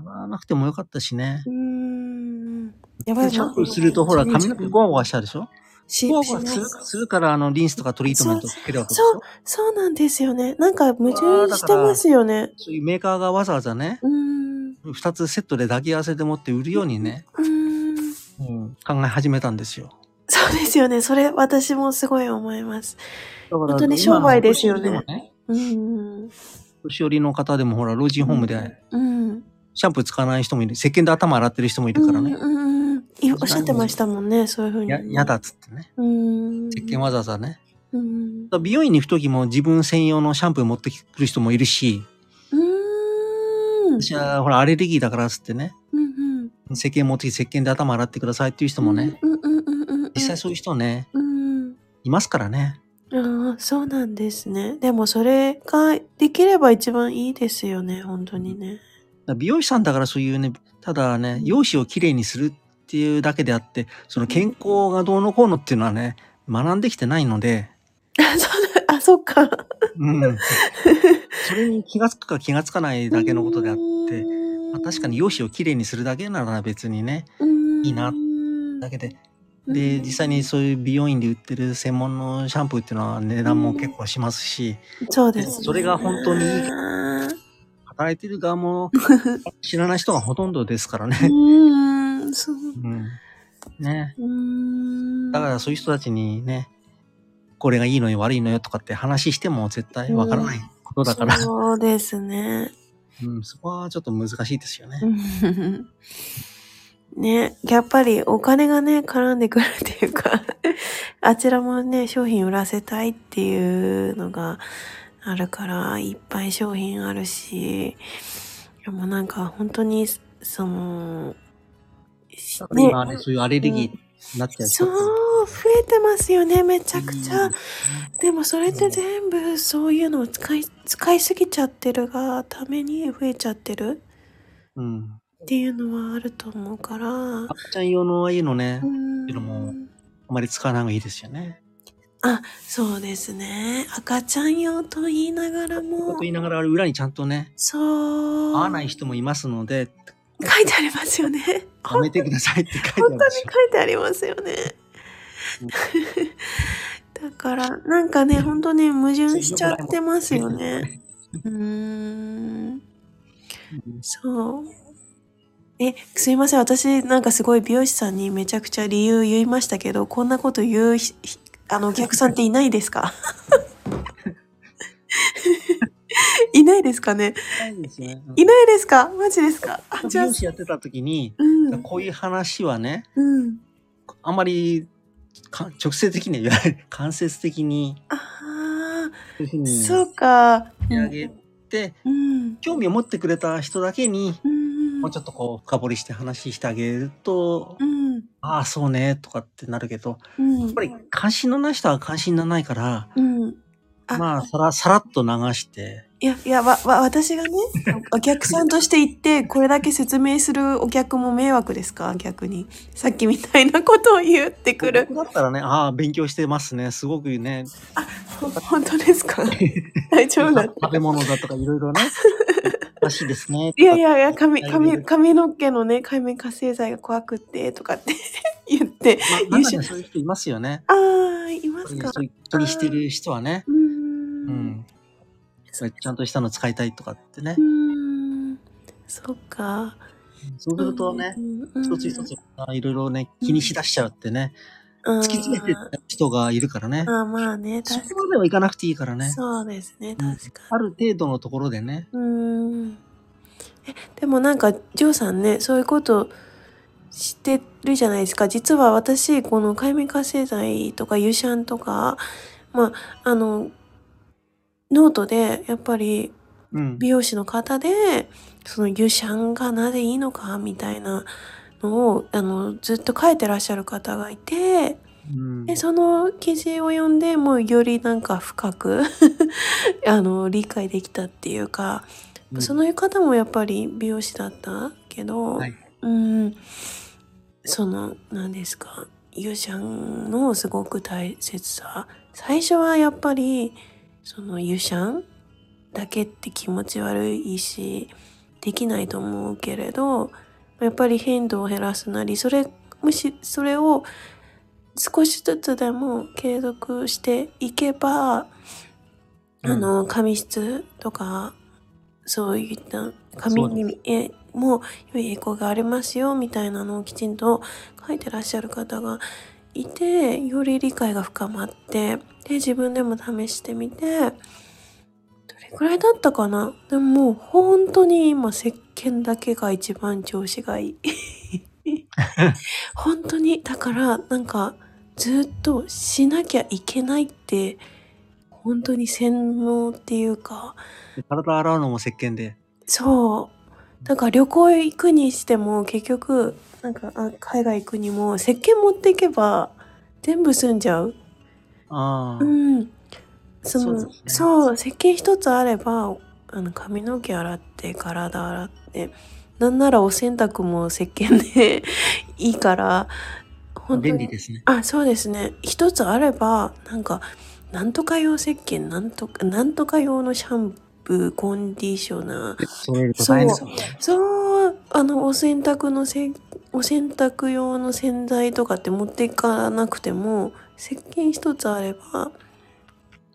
Speaker 2: 洗わなくてもよかったしね
Speaker 1: う。ーんやばい
Speaker 2: シャンプーするとほら髪の毛ゴワゴワしちゃうでしょ
Speaker 1: し
Speaker 2: ゴワゴワ
Speaker 1: し
Speaker 2: す
Speaker 1: ま
Speaker 2: る
Speaker 1: す
Speaker 2: するからあのリンスとかトリートメントをつけるわけでしょ
Speaker 1: そうなんですよね。なんか矛盾してますよね。
Speaker 2: そういうメーカーがわざわざね、
Speaker 1: うーん。う
Speaker 2: 2つセットで抱き合わせでもって売るようにね、
Speaker 1: ーん。
Speaker 2: うん考え始めたんですよ。
Speaker 1: そうですよね。それ、私もすごい思います。
Speaker 2: だから
Speaker 1: 本当に商売ですよね
Speaker 2: 今
Speaker 1: うん。
Speaker 2: 年寄りの方でもほら、老人ホームで
Speaker 1: うん。
Speaker 2: シャンプー使わない人もいる。石鹸で頭洗ってる人もいるからね。
Speaker 1: うんうんうんいおっしゃってましたもんね、そういうふうに。
Speaker 2: や、や。だっつってね。
Speaker 1: うん。
Speaker 2: 石鹸わざわざね。
Speaker 1: うん。
Speaker 2: だから美容院に行く時も自分専用のシャンプー持ってくる人もいるし、
Speaker 1: うん。
Speaker 2: 私はほら、アレルギーだからっつってね。
Speaker 1: うんうん。
Speaker 2: 石鹸持ってきて石鹸で頭洗ってくださいっていう人もね。
Speaker 1: うんうんうんうんうん。
Speaker 2: 実際そういう人ね、
Speaker 1: うん。
Speaker 2: いますからね。
Speaker 1: ああ、そうなんですね。でもそれができれば一番いいですよね、本当にね。
Speaker 2: だから美容師さんだからそういうね、ただね、容姿をきれいにするっていうだけであって、その健康がどうのこうのっていうのはね、学んできてないので、
Speaker 1: あ、そうだ、あ、そっか。
Speaker 2: うん。それに気がつくか気がつかないだけのことであって、まあ確かに容姿をきれいにするだけなら別にね、
Speaker 1: うん、
Speaker 2: いいなだけで。
Speaker 1: うん。
Speaker 2: で、実際にそういう美容院で売ってる専門のシャンプーっていうのは値段も結構しますし、
Speaker 1: そうです、
Speaker 2: それが本当にいい
Speaker 1: い
Speaker 2: 働いてる 側も知らない人がほとんどですからね。
Speaker 1: うん、そう。
Speaker 2: うん。ね。
Speaker 1: うん。
Speaker 2: だからそういう人たちにね、これがいいのよ悪いのよとかって話しても絶対わからないことだから、
Speaker 1: そうですね。
Speaker 2: うん、そこはちょっと難しいですよね。
Speaker 1: うん ね、やっぱりお金がね、絡んでくるっていうか、 あちらもね、商品売らせたいっていうのがあるから、いっぱい商品あるし、でもなんか本当に、その、し
Speaker 2: だから今はね、そういうアレルギーになっちゃう
Speaker 1: そ
Speaker 2: 人
Speaker 1: う、
Speaker 2: たち
Speaker 1: 増えてますよね、めちゃくちゃ。
Speaker 2: うん
Speaker 1: でもそれって全部そういうのを使い、使いすぎちゃってるが、ために増えちゃってる
Speaker 2: うん。
Speaker 1: っていうのはあると思うから。
Speaker 2: 赤ちゃん用のああいうのね、
Speaker 1: うん
Speaker 2: けどもあまり使わない方がいいですよね。
Speaker 1: そうですね。赤ちゃん用と言いながら
Speaker 2: こ
Speaker 1: も
Speaker 2: と。言いながら裏にちゃんとね、
Speaker 1: そう。
Speaker 2: 合わない人もいますので、
Speaker 1: 書いてありますよね。
Speaker 2: やめてくださいって書いてある
Speaker 1: 本当
Speaker 2: んで
Speaker 1: に
Speaker 2: すよ。
Speaker 1: 書いてありますよね。だから、なんかね、本当に矛盾しちゃってますよね。うーん。
Speaker 2: うん。
Speaker 1: そう。え、すいません。私、なんかすごい美容師さんにめちゃくちゃ理由言いましたけど、こんなこと言うひ、ひあの、お客さんっていないですか いないですかね
Speaker 2: ないですね。
Speaker 1: いないですかマジですかあ
Speaker 2: 美
Speaker 1: じゃあ
Speaker 2: 容、師やってた時に、
Speaker 1: うん。
Speaker 2: こういう話はね、
Speaker 1: うん。
Speaker 2: あまりか直接的には言わない。間接的に、
Speaker 1: あ
Speaker 2: そういうふ
Speaker 1: あ、
Speaker 2: うに
Speaker 1: そ
Speaker 2: 取
Speaker 1: うか。
Speaker 2: り上げて、
Speaker 1: うん。
Speaker 2: 興味を持ってくれた人だけに、
Speaker 1: うん。
Speaker 2: もうちょっとこう深掘りして話してあげると、
Speaker 1: うん。
Speaker 2: ああ、そうね、とかってなるけど、
Speaker 1: うん。
Speaker 2: やっぱり関心のない人は関心がないから、
Speaker 1: うん。あ
Speaker 2: まあ、さら、さらっと流して、
Speaker 1: いや、いや、わ、わ、私 がね、おお客さんとして行って、これだけ説明するお客も迷惑ですか逆に。さっきみたいなことを言ってくる。
Speaker 2: 僕だったらね、ああ、勉強してますね、すごくね、
Speaker 1: ほ本当です か大丈夫だ。
Speaker 2: 食べ物だとかいろ いろね、らしいですね。
Speaker 1: いやいやいや、髪、
Speaker 2: 大丈夫です
Speaker 1: 髪、髪の毛のね、海面活性剤が怖くって、とかって 言って。
Speaker 2: まあ、中にはそういう人いますよね。
Speaker 1: ああ、いますか
Speaker 2: そういう気にしてる人はね、
Speaker 1: うーん。
Speaker 2: うん。それちゃんとしたの使いたいとかってね
Speaker 1: う。ーん。そっか。
Speaker 2: そうするとね
Speaker 1: う、ん、うん
Speaker 2: 一つ一ついろいろね、気にしだしちゃうってね、
Speaker 1: 突
Speaker 2: 突き詰めてる人がいるからね。
Speaker 1: ああ、まあね、
Speaker 2: そ
Speaker 1: 確
Speaker 2: こ
Speaker 1: か
Speaker 2: まではいかなくていいから
Speaker 1: に。
Speaker 2: ね。
Speaker 1: そうですね、
Speaker 2: うん
Speaker 1: 確かに
Speaker 2: ある程度のところでね。
Speaker 1: うーんえでもなんかジョーさんねそういうこと知ってるじゃないですか実は私この海面活性剤とか油シャンとかまああのノートでやっぱり
Speaker 2: うん。
Speaker 1: 美容師の方でその油シャンがなぜいいのかみたいなのをあのずっと書いてらっしゃる方がいて
Speaker 2: うん
Speaker 1: でその記事を読んでもうよりなんか深く あの理解できたっていうか、
Speaker 2: うん
Speaker 1: その方もやっぱり美容師だったけど、
Speaker 2: はい
Speaker 1: うんその何ですかゆうちゃんのすごく大切さ最初はやっぱりそのゆうちゃんだけって気持ち悪いしできないと思うけれどやっぱり頻度を減らすなりそれむしそれを少しずつでも継続していけば、あ、の髪質とかそういった髪
Speaker 2: そう
Speaker 1: にえも良い影響がありますよみたいなのをきちんと書いてらっしゃる方がいてより理解が深まってで自分でも試してみてどれくらいだったかなでももう本当に今石鹸だけが一番調子がい い本当にだからなんかずっとしなきゃいけないって本当に洗脳っていうか
Speaker 2: 体洗うのも石鹸で。
Speaker 1: そうだから旅行行くにしても結局なんかあ海外行くにも石鹸持っていけば全部済んじゃう
Speaker 2: あ
Speaker 1: う
Speaker 2: あ、
Speaker 1: んその
Speaker 2: そ
Speaker 1: そうう,、
Speaker 2: ですね
Speaker 1: 石鹸一つあればあの髪の毛洗って体洗ってなんならお洗濯も石鹸でいいから本当
Speaker 2: 便利
Speaker 1: に
Speaker 2: ですね。
Speaker 1: あそうですね一つあればなんかなんとか用石鹸なんとかなんとか用のシャンプーコンディショナー
Speaker 2: それと大変ですよね。
Speaker 1: そうあのお洗濯のせんお洗濯用の洗剤とかって持っていかなくても石鹸一つあれば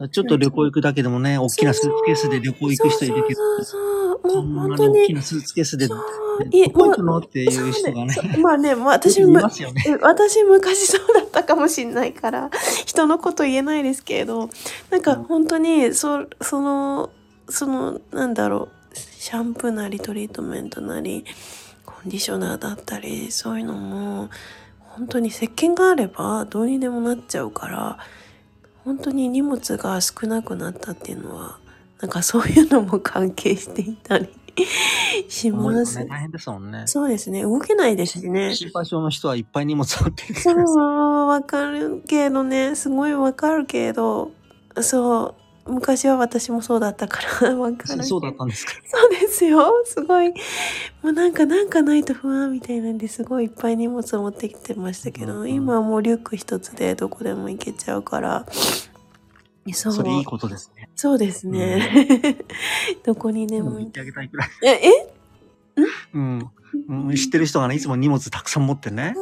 Speaker 2: ちょっと旅行行くだけでもね、大きなスーツケースで旅行行く人いる
Speaker 1: そうそ
Speaker 2: けど、
Speaker 1: うそうそうも
Speaker 2: そ
Speaker 1: うん本
Speaker 2: な
Speaker 1: 当
Speaker 2: に大き
Speaker 1: に
Speaker 2: なスーツケースで、
Speaker 1: そ
Speaker 2: ど
Speaker 1: ういえ
Speaker 2: こ行く
Speaker 1: も
Speaker 2: の
Speaker 1: う
Speaker 2: っていう人がね、
Speaker 1: そうねまあね、まあ、私
Speaker 2: い
Speaker 1: も
Speaker 2: ますよね。
Speaker 1: え私昔そうだったかもしんないから人のこと言えないですけれどなんか
Speaker 2: うん
Speaker 1: 本当にそそのそのなんだろうシャンプーなりトリートメントなりコンディショナーだったりそういうのも本当に石鹸があればどうにでもなっちゃうから本当に荷物が少なくなったっていうのはなんかそういうのも関係していたりし
Speaker 2: もう
Speaker 1: ま
Speaker 2: ね
Speaker 1: す。
Speaker 2: 大変ですもんね。
Speaker 1: そうですね動けないですしね。
Speaker 2: 心配性の人はいっぱい荷物持ってる
Speaker 1: そう
Speaker 2: からさ
Speaker 1: わかるけどねすごいわかるけどそう昔は私もそうだったからわか
Speaker 2: そう
Speaker 1: る
Speaker 2: そうだったんですか。
Speaker 1: そうですよすごいもうなんかなんかないと不安みたいなんですごいいっぱい荷物を持ってきてましたけ
Speaker 2: うん
Speaker 1: ど、
Speaker 2: うん
Speaker 1: 今はもうリュック一つでどこでも行けちゃうからそう
Speaker 2: それいいことですね。
Speaker 1: そうですね、 どこにで
Speaker 2: でも
Speaker 1: も
Speaker 2: 言ってあげたいくらい。
Speaker 1: ええ
Speaker 2: うん。うん知ってる人がね、いつも荷物たくさん持ってね、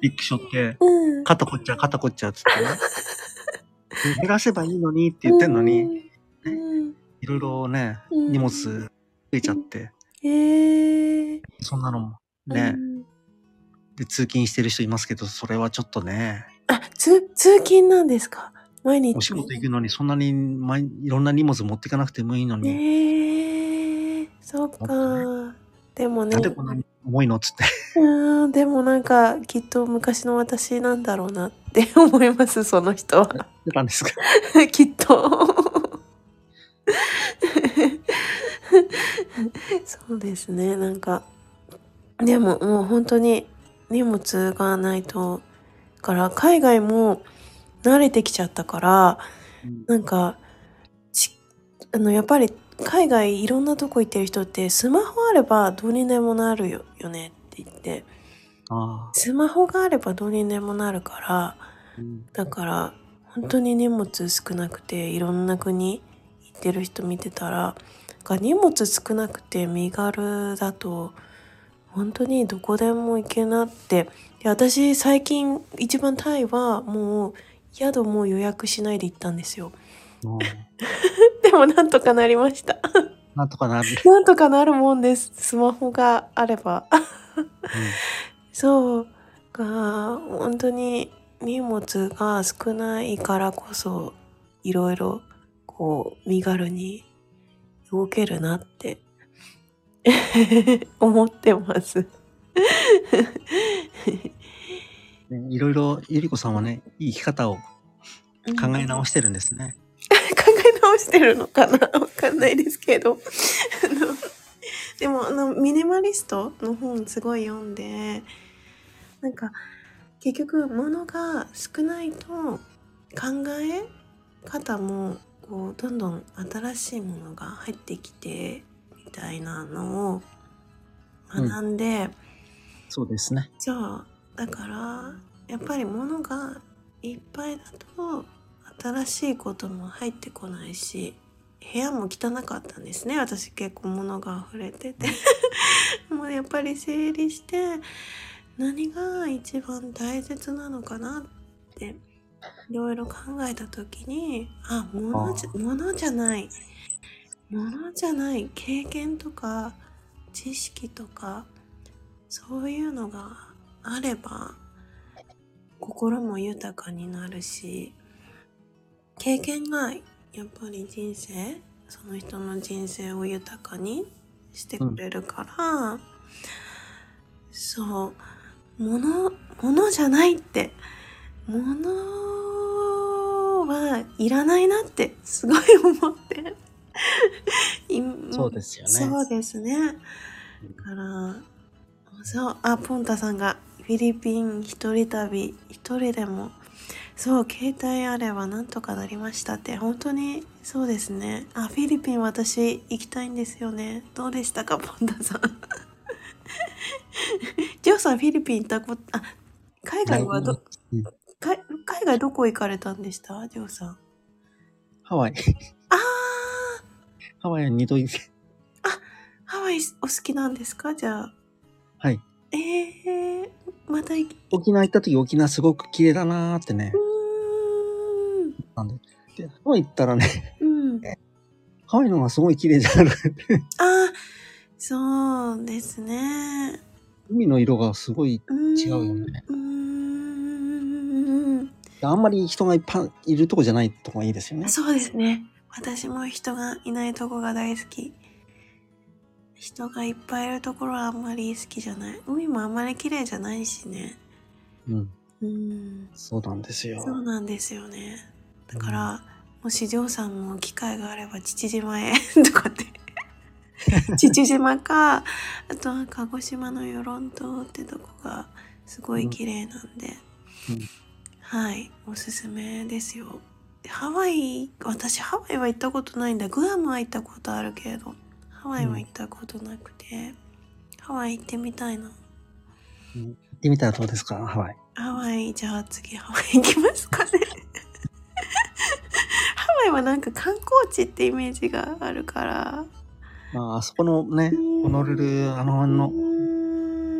Speaker 2: ビッグショって、
Speaker 1: うん
Speaker 2: 肩こっちゃ、肩こっちゃっつっ てね。減らせばいいのにって言ってんのに、
Speaker 1: うん
Speaker 2: いろいろね、
Speaker 1: うん
Speaker 2: 荷物増えちゃって、
Speaker 1: えー
Speaker 2: そんなのもね
Speaker 1: う、ん
Speaker 2: で、通勤してる人いますけど、それはちょっとね、
Speaker 1: あ、通、通勤なんですか毎日。
Speaker 2: お仕事行くのにそんなに毎いろんな荷物持っていかなくてもいいの
Speaker 1: え
Speaker 2: に、
Speaker 1: ー、そっ
Speaker 2: もっと
Speaker 1: か。でもね
Speaker 2: なん、でこんなに重いのっつって。
Speaker 1: うん、でもなんか、きっと昔の私なんだろうなって 思います、その人 は。
Speaker 2: 出たんですか
Speaker 1: きっと。そうですね、なんか。でももう本当に荷物がないと、だから海外も慣れてきちゃったから、なんかちあのやっぱり海外いろんなとこ行ってる人ってスマホあればどうにでもなるよよねって言って
Speaker 2: ああ、
Speaker 1: スマホがあればどうにでもなるから
Speaker 2: うん
Speaker 1: だから本当に荷物少なくていろんな国行ってる人見てたらなんか荷物少なくて身軽だと本当にどこでも行けなってで私最近一番タイはもう宿も予約しないで行ったんですよ。
Speaker 2: もう
Speaker 1: でもなんとかなりました。
Speaker 2: なんとかなる。
Speaker 1: なんとかなるもんです。スマホがあれば。 そうか、本当に荷物が少ないからこそ、いろいろこう身軽に動けるなって 思ってます。
Speaker 2: うんねいろいろ、ゆりこさんはね、いい生き方を考え直
Speaker 1: し
Speaker 2: してるんですね。
Speaker 1: 考え直してるのかなわかんないですけど。 あのでもあのミニマリストの本すごい読んでなんか結局物が少ないと考え方もこうどんどん新しいものが入ってきてみたいなのを学んで、
Speaker 2: そうですね。
Speaker 1: じゃあだからやっぱり物がいっぱいだと新しいことも入ってこないし部屋も汚かったんですね私結構物が溢れてて もうやっぱり整理して何が一番大切なのかなっていろいろ考えた時にあ物じゃ
Speaker 2: あ
Speaker 1: 物じゃない物じゃない経験とか知識とかそういうのがあれば心も豊かになるし経験がやっぱり人生その人の人生を豊かにしてくれるから、そう物物じゃないって物はいらないなってすごい思って。今
Speaker 2: そうですよね。
Speaker 1: そうですね。だから、そう、あ、ポンタさんがフィリピン一人旅、一人でも、そう、携帯あればなんとかなりましたって、本当にそうですね。あ、フィリピン私行きたいんですよね。どうでしたか、ポンタさん。 ジョーさん、フィリピン行ったこと、あ、海外はど、
Speaker 2: うん
Speaker 1: かい海外どこ行かれたんでしたジョーさん。あ
Speaker 2: ハワイ。
Speaker 1: あ
Speaker 2: ハワイは二度行って。
Speaker 1: ー、ハワイお好きなんですかじゃあ。
Speaker 2: はい。
Speaker 1: えー、また行き、
Speaker 2: 沖縄行った時沖縄すごく綺麗だなーってね。
Speaker 1: う
Speaker 2: なんで。で、ハワイ行ったらね、
Speaker 1: ーん。うん。
Speaker 2: ハワイの方がすごい 綺麗じゃなくて、
Speaker 1: あ、そうですね。
Speaker 2: 海の色がすごい違
Speaker 1: 違
Speaker 2: うよ。ね。
Speaker 1: うーん。
Speaker 2: あんまり人がいっぱいいるとこじゃないとこがいいですよね。
Speaker 1: そうですね。私も人がいないとこが大好き。人がいっぱいいるところはあんまり好きじゃない。海もあんまり綺麗じゃないしね。
Speaker 2: うん。
Speaker 1: うん。
Speaker 2: そうなんですよ。
Speaker 1: そうなんですよね。だから、もしジョーさんも機会があれば父島へ とか って。父島か、あとは鹿児島の与論島ってとこがすごい綺麗なんで、
Speaker 2: うん
Speaker 1: はい、おすすめですよ。ハワイ、私ハワイは行ったことないんだ。グアムは行ったことあるけれど、ハワイは行ったことなくて、ハワイ行ってみたいな。
Speaker 2: 行ってみたらどうですか、ハワイ。
Speaker 1: ハワイ、じゃあ次ハワイ行きますかね。 ハワイはなんか観光地ってイメージがあるから。
Speaker 2: まあ、あそこのね、ホノルル、あの辺の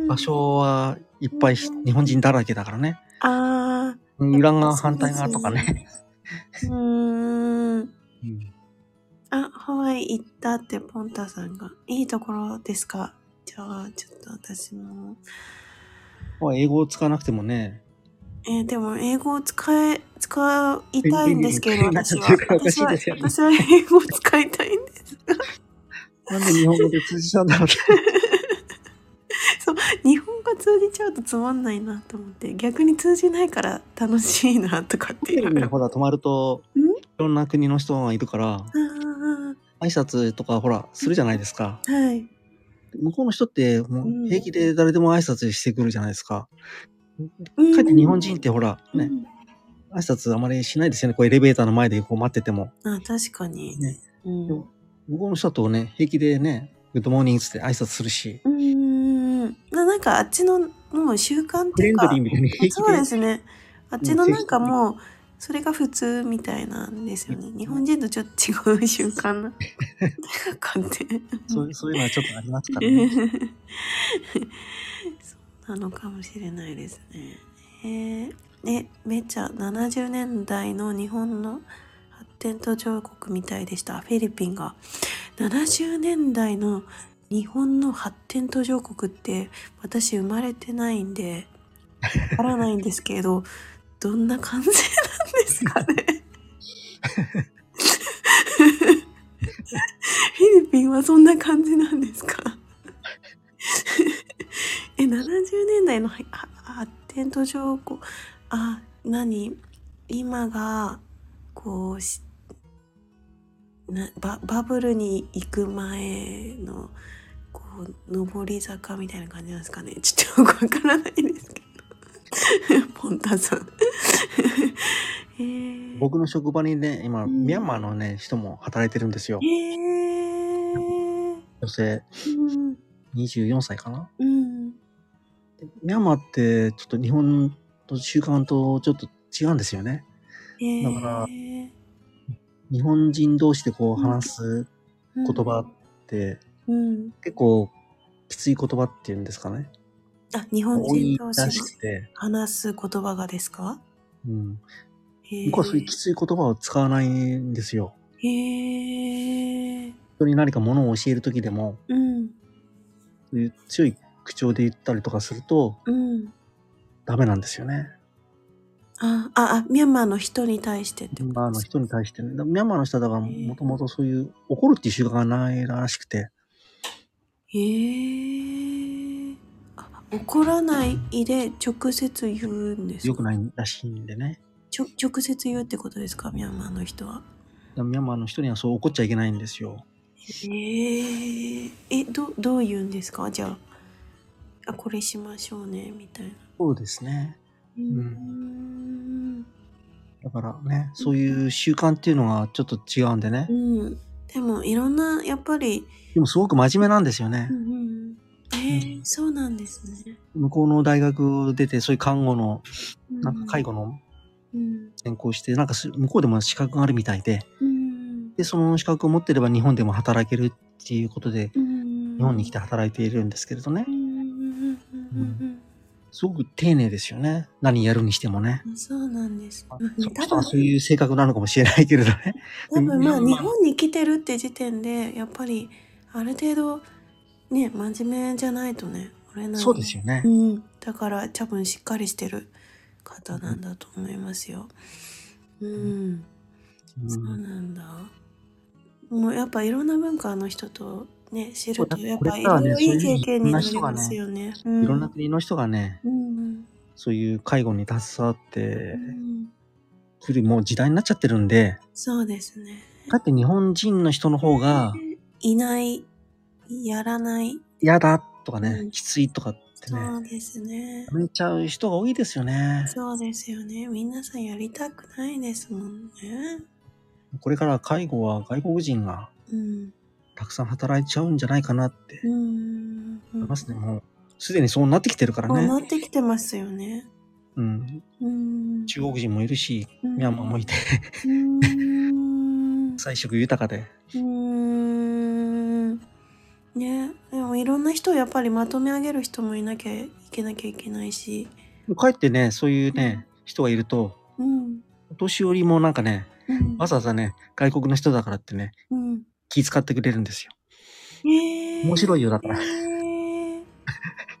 Speaker 1: の
Speaker 2: 場所はいっぱいひ日本人だらけだからね。
Speaker 1: ああ、
Speaker 2: 裏側反対側とかね。
Speaker 1: うーん。
Speaker 2: うん
Speaker 1: あ、ハワイ行ったってポンタさんが。いいところですかじゃあ、ちょっと私も。
Speaker 2: まあ英語を使わなくてもね、
Speaker 1: えーでも英語を使え、使いたいんですけど、
Speaker 2: 便利に
Speaker 1: 私は
Speaker 2: 便利に。
Speaker 1: 私は、
Speaker 2: 便利ですよね
Speaker 1: 私は英語を使いたいんです。
Speaker 2: なんで日本語で通じたんだろうって。
Speaker 1: 日本語通じちゃうとつまんないなと思って逆に通じないから楽しいなとかって
Speaker 2: ホテ
Speaker 1: い
Speaker 2: ルに
Speaker 1: う。
Speaker 2: ほら、泊まると、い
Speaker 1: ん
Speaker 2: ろんな国の人がいるから、
Speaker 1: あ
Speaker 2: 挨拶とかほら、するじゃないですか。
Speaker 1: ーはい。
Speaker 2: 向こうの人って、もう平気で誰でも挨拶してくるじゃないですか。
Speaker 1: うん
Speaker 2: かえって日本人ってほら、ね、
Speaker 1: うん
Speaker 2: 挨拶あまりしないですよね。こうエレベーターの前でこう待ってても。
Speaker 1: あ確かに。
Speaker 2: ね
Speaker 1: うん。う
Speaker 2: 向こうの人とね、平気でね、グッドモーニングつって挨拶するし、
Speaker 1: ーん。ななんかあっちのもう習慣っ
Speaker 2: フ
Speaker 1: てい
Speaker 2: レン
Speaker 1: う
Speaker 2: ド
Speaker 1: か
Speaker 2: リーみたいに平気で。
Speaker 1: そうですね。あっちのなんかもうそれが普通みたいなんですよね。日本人とちょっと違う習慣な 感じ。
Speaker 2: そうそういうのはちょっとありますからね。
Speaker 1: そうなのかもしれないですね。えー、え、めちゃ70年代の日本の発展途上国みたいでした。フィリピンが。70年代の日本の発展途上国って私生まれてないんで、わからないんですけど、どんな感じなんですかね。フィリピンはそんな感じなんですか え70年代のはは発展途上国あ何今がこうしなババブルに行く前のこう上り坂みたいな感じなんですかねちょっとよくわからないですけど ポンタさんえー、
Speaker 2: 僕の職場にね、今、
Speaker 1: うん
Speaker 2: ミャンマーのね、人も働いてるんですよ
Speaker 1: え。ー、
Speaker 2: 女性、
Speaker 1: うん
Speaker 2: 24歳かな。
Speaker 1: うん
Speaker 2: でミャンマーって、ちょっと日本と習慣とちょっと違うんですよね。
Speaker 1: だ
Speaker 2: だから日本人同士でこう話す
Speaker 1: 言
Speaker 2: 言葉って、
Speaker 1: うん、
Speaker 2: 結構きつい言葉っていうんですかね。
Speaker 1: あ日本
Speaker 2: 多
Speaker 1: 人
Speaker 2: い
Speaker 1: 同士
Speaker 2: ら
Speaker 1: が
Speaker 2: しくて、
Speaker 1: 話す言葉がですか
Speaker 2: うん。
Speaker 1: へ
Speaker 2: 僕はそういうきつい言葉を使わないんですよ。
Speaker 1: えへえ
Speaker 2: 人に何か物を教える時でも、
Speaker 1: うん
Speaker 2: そういう強い口調で言ったりとかすると
Speaker 1: うん
Speaker 2: ダメなんですよね。
Speaker 1: ああ、あ、ミャンマーの人に対してって
Speaker 2: ミャン
Speaker 1: こ
Speaker 2: マー
Speaker 1: とで
Speaker 2: の
Speaker 1: すか
Speaker 2: 人に対してね。だミャンマーの人はだから、
Speaker 1: へえ
Speaker 2: もともとそういう、怒るっていう習慣がないらしくて、
Speaker 1: へえあ怒らないで直接言うんですか
Speaker 2: 良くないらしいんでね。
Speaker 1: ちょ直接言うってことですかミャンマーの人は。
Speaker 2: だからミャンマーの人にはそう怒っちゃいけないんですよ。
Speaker 1: えー、えどどう言うんですかじゃああこれしましょうねみたいな。
Speaker 2: そうですね。
Speaker 1: うーん
Speaker 2: だからね、そういう習慣っていうのがちょっと違うんでね
Speaker 1: う。ん、でもいろんなやっぱり、
Speaker 2: でもすごく真面目なんですよね
Speaker 1: うん。うん、えー
Speaker 2: うん
Speaker 1: そうなんですね。
Speaker 2: 向こうの大学を出て、そういう看護の、
Speaker 1: うん
Speaker 2: なんか介護の
Speaker 1: うん
Speaker 2: 専攻して、なんかす向こうでも資格があるみたいで、
Speaker 1: うん
Speaker 2: で、その資格を持ってれば日本でも働けるっていうことで、
Speaker 1: うん
Speaker 2: 日本に来て働いているんですけれどね
Speaker 1: う。んうん
Speaker 2: すごく丁寧ですよね。何やるにしてもね。
Speaker 1: うんそうなんです。
Speaker 2: そ
Speaker 1: うん
Speaker 2: の
Speaker 1: 多
Speaker 2: 人は
Speaker 1: 分
Speaker 2: そういう性格なのかもしれないけれどね。
Speaker 1: 多分まあ
Speaker 2: うん
Speaker 1: 日本に来てるって時点でやっぱりある程度ね真面目じゃないとねこれなん
Speaker 2: そうですよね
Speaker 1: う。ん、だから多分しっかりしてる方なんだと思いますよ。うん、
Speaker 2: うん
Speaker 1: そうなんだ。もうやっぱいろんな文化の人とね知ると
Speaker 2: そうだ
Speaker 1: やっぱい
Speaker 2: これから
Speaker 1: ろいろ
Speaker 2: ね
Speaker 1: いい
Speaker 2: そういう
Speaker 1: 経験になりますよね。うん
Speaker 2: いろんな国の人がね、
Speaker 1: うん
Speaker 2: そういう介護に携わっ
Speaker 1: う
Speaker 2: て
Speaker 1: ん、
Speaker 2: くるもう時代になっちゃってるんで、
Speaker 1: そうですね。
Speaker 2: かって日本人の人の方が
Speaker 1: いないやらない、
Speaker 2: 嫌だとかね、
Speaker 1: うん
Speaker 2: きついとかってね、
Speaker 1: そうですね。
Speaker 2: やめちゃう人が多いですよね。
Speaker 1: そうですよね。皆さんやりたくないですもんね。
Speaker 2: これから介護は外国人が
Speaker 1: うん。
Speaker 2: たくさん働いちゃうんじゃないかなって
Speaker 1: うーん。
Speaker 2: 思いますね。もうすでにそうなってきてるから
Speaker 1: そうな
Speaker 2: ね。
Speaker 1: ってきてますよね。
Speaker 2: うん、
Speaker 1: うん。
Speaker 2: 中国人もいるし、ミャンマーもいて、
Speaker 1: うー ん。う
Speaker 2: 菜食豊かで。
Speaker 1: ーん。ね。でもいろんな人をやっぱりまとめ上げる人もいなきゃいけなきゃいけないし。
Speaker 2: 帰ってね、そういうね、人がいると、
Speaker 1: うん。
Speaker 2: お年寄りもなんかね、
Speaker 1: うん。
Speaker 2: わざわざね、外国の人だからってね、
Speaker 1: うん。
Speaker 2: 気遣ってくれるんですよ。
Speaker 1: えー、
Speaker 2: 面白いよ、だから。
Speaker 1: え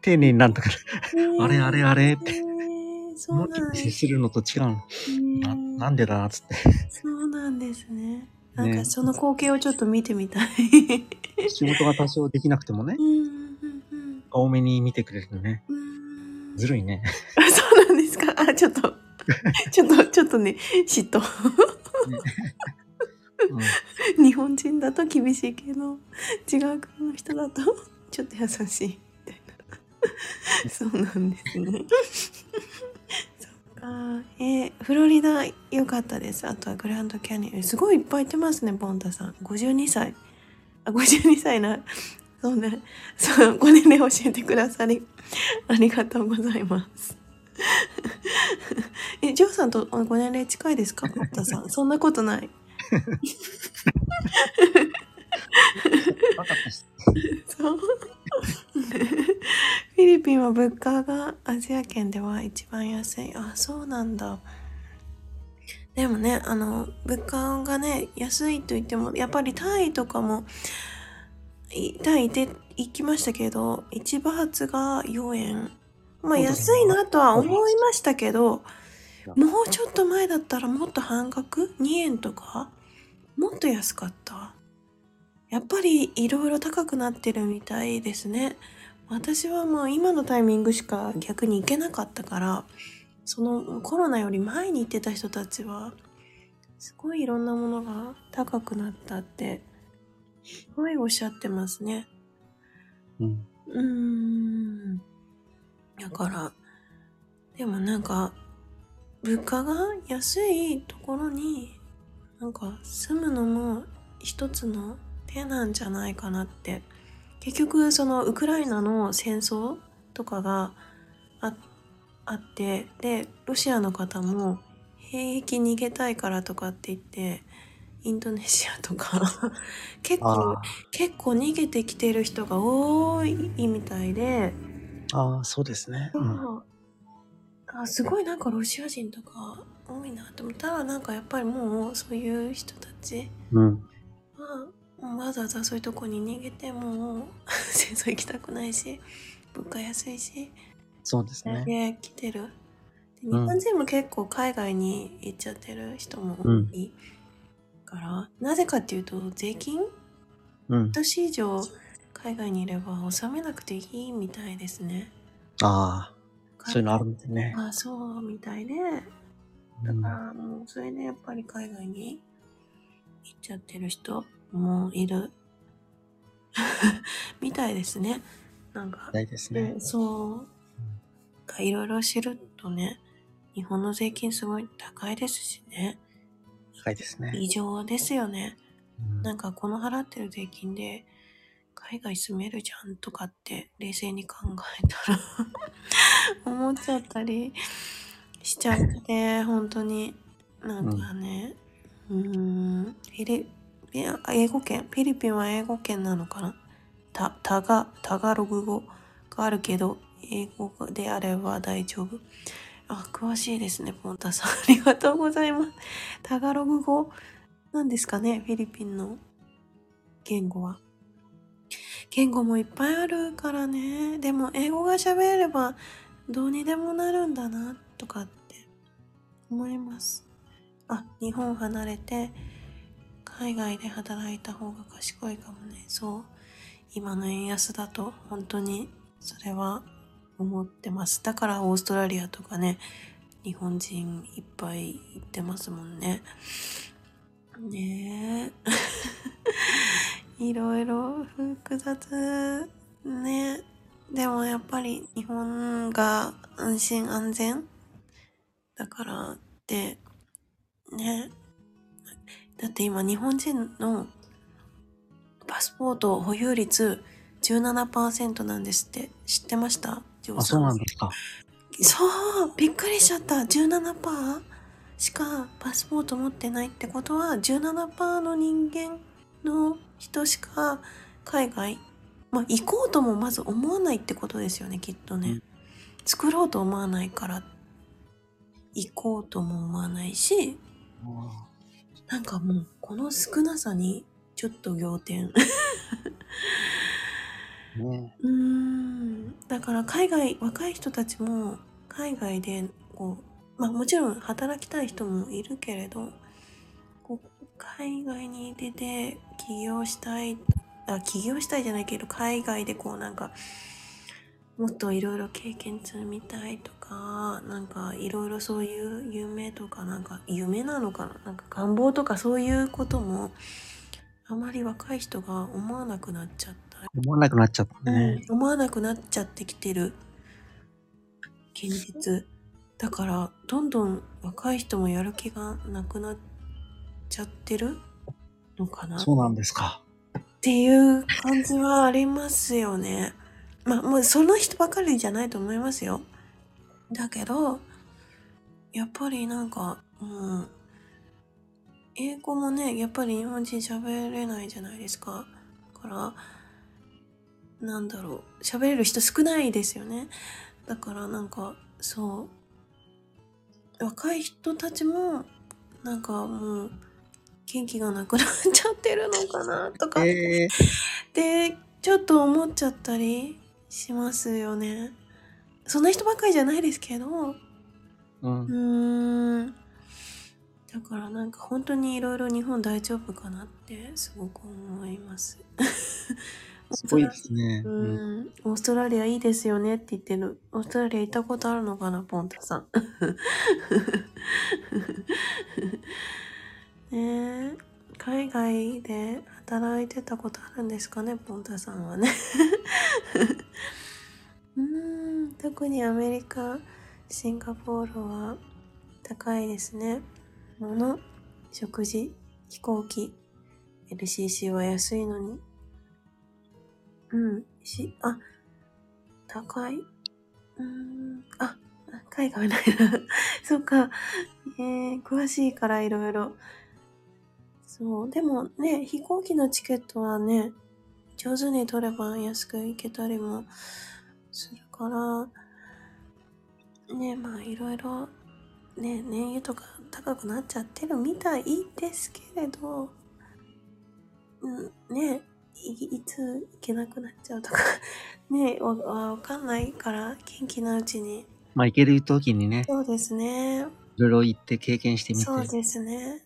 Speaker 2: 丁寧になんだから、
Speaker 1: ー、
Speaker 2: あれあれあれって
Speaker 1: えー、そ
Speaker 2: 思
Speaker 1: う
Speaker 2: って
Speaker 1: なん
Speaker 2: 接するのと違うの。ななん
Speaker 1: で
Speaker 2: でだな、つって。
Speaker 1: そうなんですね。なんか
Speaker 2: ね
Speaker 1: その光景をちょっと見てみ たい。
Speaker 2: 仕事が多少できなくてもね
Speaker 1: う、んうんうん
Speaker 2: 多めに見てくれるのね。
Speaker 1: うん。
Speaker 2: ずるいね。
Speaker 1: あ そうなんですか。あ、ちょっ と、ちょっと、ちょっとね、嫉妬。
Speaker 2: うん
Speaker 1: 日本人だと厳しいけど、違う国の人だと ちょっと優しいみたいな。 そうなんですね。 そっか。えーフロリダ良かったです。あとはグランドキャニオン。すごいいっぱい行ってますね、ボンタさん。52歳。あ、52歳な。そうね。そう、ご年齢教えてくださり、 ありがとうございます。 え、ジョーさんとあご年齢近いですか、ボンタさん。そんなことない。
Speaker 2: わかったし
Speaker 1: そう。フィリピンは物価がアジア圏では一番安い。あ、そうなんだ。でもね、あの、物価がね、安いと言っても、やっぱりタイとかも、いタイ行って、行きましたけど、1バーツが4円。まあ
Speaker 2: そうだね
Speaker 1: 安いなとは思いましたけど、もうちょっと前だったらもっと半額 ?2 円とかもっと安かった。やっぱりいろいろ高くなってるみたいですね。私はもう今のタイミングしか逆に行けなかったから、そのコロナより前に行ってた人たちは、すごいいろんなものが高くなったって、すごいおっしゃってますね。
Speaker 2: うん。
Speaker 1: うーん。だから、でもなんか、物価が安いところに、なんか住むのも一つの手なんじゃないかなって。結局、そのウクライナの戦争とかがああって、で、ロシアの方も兵役逃げたいからとかって言って、インドネシアとか、 結構
Speaker 2: あ
Speaker 1: 結構逃げてきてる人が多いみたいで、
Speaker 2: あ、ああそうですね。うん。
Speaker 1: あすごいなんかロシア人とか多いなと思ったらなんかやっぱりもうそういう人たち
Speaker 2: うん。
Speaker 1: はわざわざそういうとこに逃げてもう 戦争行きたくないし物価安いし
Speaker 2: そうです
Speaker 1: それ
Speaker 2: ね。
Speaker 1: で来てる。で日本人も結構海外に行っちゃってる人も多いから、なぜかっていうと税金
Speaker 2: うん。
Speaker 1: 年以上海外にいれば納めなくていいみたいですね。
Speaker 2: ああ、そういうのあるんだよね。
Speaker 1: あそうみたいで、
Speaker 2: うん
Speaker 1: あもうそれでやっぱり海外に行っちゃってる人もいる みたいですね。なんか、
Speaker 2: ないですね
Speaker 1: うん。そう。なんかいろいろ知るとね、日本の税金すごい高いですしね、
Speaker 2: 高いですね。
Speaker 1: 異常ですよね。
Speaker 2: うん
Speaker 1: なんかこの払ってる税金で海外住めるじゃんとかって冷静に考えたら思っちゃったりしちゃって本当になんかねうーんフィリピンあ英語圏フィリピンは英語圏なのかなたタガタガログ語があるけど英語であれば大丈夫あ詳しいですねポンタさん ありがとうございますタガログ語なんですかねフィリピンの言語は。言語もいっぱいあるからね。でも英語が喋れればどうにでもなるんだなとかって思います。あ、日本離れて海外で働いた方が賢いかもね。そう。今の円安だと本当にそれは思ってます。だからオーストラリアとかね、日本人いっぱい行ってますもんね。ねえ いろいろ複雑ねでもやっぱり日本が安心安全だからってねだって今日本人のパスポート保有率17%なんですって知ってましたジョー
Speaker 2: あ、
Speaker 1: さ
Speaker 2: そうなんですか。
Speaker 1: そうびっくりしちゃった17%しかパスポート持ってないってことは17%の人間の人しか海外、まあ、行こうともまず思わないってことですよねきっとね、
Speaker 2: うん
Speaker 1: 作ろうと思わないから行こうとも思わないし
Speaker 2: あ
Speaker 1: なんかもうこの少なさにちょっと仰天
Speaker 2: あね
Speaker 1: うーんだから海外若い人たちも海外でこう、まあ、もちろん働きたい人もいるけれどこう海外に出て起業したいあ起業したいじゃないけど海外でこうなんかもっといろいろ経験積みたいとかなんかいろいろそういう夢とかなんか夢なのかななんか願望とかそういうこともあまり若い人が思わなくなっちゃった
Speaker 2: 思わなくなっちゃった
Speaker 1: うん
Speaker 2: ね。、
Speaker 1: 思わなくなっちゃってきてる現実だからどんどん若い人もやる気がなくなっちゃってるのかなっ
Speaker 2: そうなんですか。
Speaker 1: ていう感じはありますよねまあもうその人ばかりじゃないと思いますよだけどやっぱりなんかうん英語もねやっぱり日本人喋れないじゃないですかだからなんだろう喋れる人少ないですよねだからなんかそう若い人たちもなんかもう元気がなくなっちゃってるのかなとかっ
Speaker 2: ええ
Speaker 1: てちょっと思っちゃったりしますよねそんな人ばっかりじゃないですけど
Speaker 2: う
Speaker 1: う。
Speaker 2: ん
Speaker 1: ーんだからなんか本当にいろいろ日本大丈夫かなってすごく思います。
Speaker 2: すごいですね。
Speaker 1: う
Speaker 2: うん
Speaker 1: ん、オーストラリアいいですよねって言ってる。オーストラリア行ったことあるのかな、ポンタさん。 ねえ、海外で働いてたことあるんですかね、ポンタさんはね。 うん、特にアメリカ、シンガポールは高いですね。物、食事、飛行機、LCC は安いのに。うん、し、あ、高い。うーん、あ、海外ないな。 そっか、えー、詳しいからいろいろ。そう、でもね、飛行機のチケットはね、上手に取れば安く行けたりもするから、ね、まあいろいろ、ね、燃油とか高くなっちゃってるみたいですけれど、うん、ね、いいつ 行けなくなっちゃうとかねわわわかんないから元気なうちに
Speaker 2: まあ行ける時にね、
Speaker 1: そうですね。
Speaker 2: いろいろ行って経験してみて、
Speaker 1: そうですね。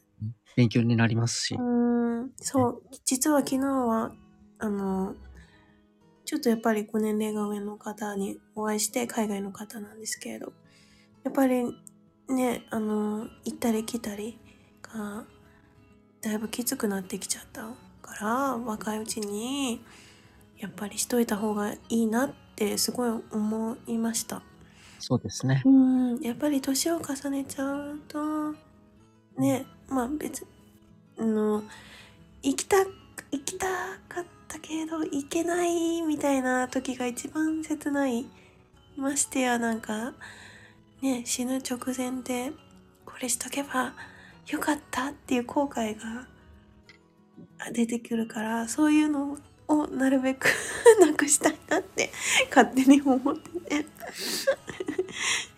Speaker 2: 勉強になりますし
Speaker 1: う。ーん、そう、実は昨日は、あの、ちょっとやっぱりご年齢が上の方にお会いして、海外の方なんですけれど、やっぱりね、あの、行ったり来たりが、だいぶきつくなってきちゃったから、若いうちに、やっぱりしといた方がいいなってすごい思いました。
Speaker 2: そうですね
Speaker 1: う。ん、やっぱり年を重ねちゃうとねまあ別あの行きた行きたかったけど行けないみたいな時が一番切ないましてやなんかね死ぬ直前でこれしとけばよかったっていう後悔が出てくるからそういうのをなるべく なくしたいなって勝手に思ってね。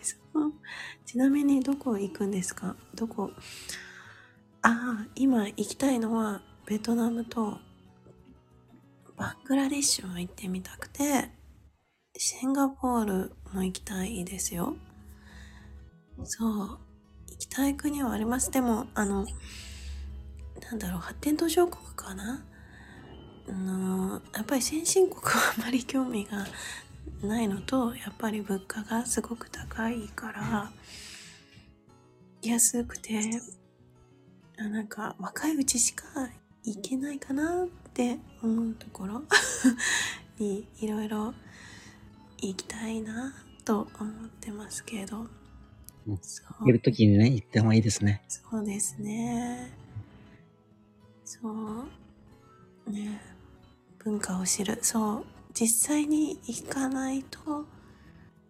Speaker 1: そう ちなみにどこ行くんですかどこああ今行きたいのはベトナムとバングラディッシュも行ってみたくてシンガポールも行きたいですよそう行きたい国はありますでもあのなんだろう発展途上国かなあのやっぱり先進国はあまり興味がないのとやっぱり物価がすごく高いから安くてあなんか若いうちしか行けないかなって思うところ にいろいろ行きたいなと思ってますけど、
Speaker 2: うん
Speaker 1: そう
Speaker 2: 行ける時にね、行ってもいいですね。
Speaker 1: そうですね。そう。ね。文化を知る。そう。実際に行かないと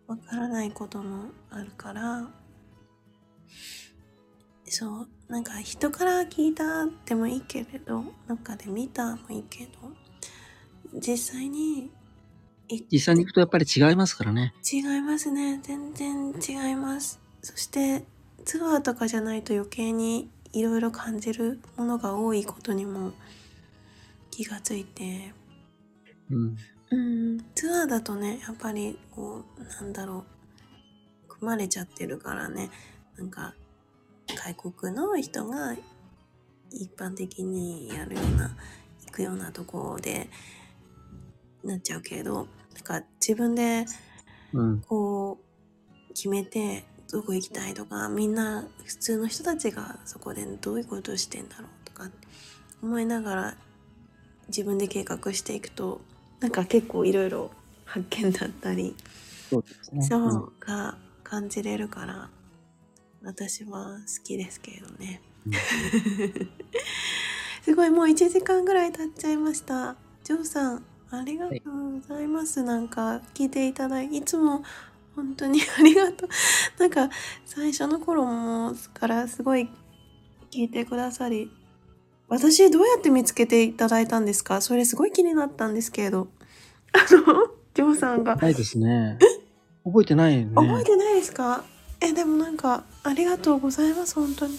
Speaker 1: わからないこともあるから。そう。なんか人から聞いたでもいいけれど、なんかで見たもいいけど、実際に行っ
Speaker 2: 実際に行くとやっぱり違いますからね。
Speaker 1: 違いますね全然違いますそしてツアーとかじゃないと余計にいろいろ感じるものが多いことにも気がついて
Speaker 2: うん。
Speaker 1: うんツアーだとねやっぱりこうなんだろう組まれちゃってるからねなんか外国の人が一般的にやるような行くようなとこでなっちゃうけどなんか自分で
Speaker 2: うん。
Speaker 1: こう決めてどこ行きたいとかみんな普通の人たちがそこでどういうことをしてんだろうとか思いながら自分で計画していくとなんか結構いろいろ発見だったり
Speaker 2: そうですね。
Speaker 1: そうが感じれるから私は好きですけれどね
Speaker 2: うん。
Speaker 1: すごいもう1時間ぐらい経っちゃいました。ジョーさんありがとうございます。なんか聞いていただいていつも本当にありがとう。 なんか最初の頃もからすごい聞いてくださり私どうやって見つけていただいたんですかそれすごい気になったんですけれどあのジョーさんが
Speaker 2: うんないで すね。覚えてないよね。
Speaker 1: 覚えてないですかえでもなんかありがとうございます本当に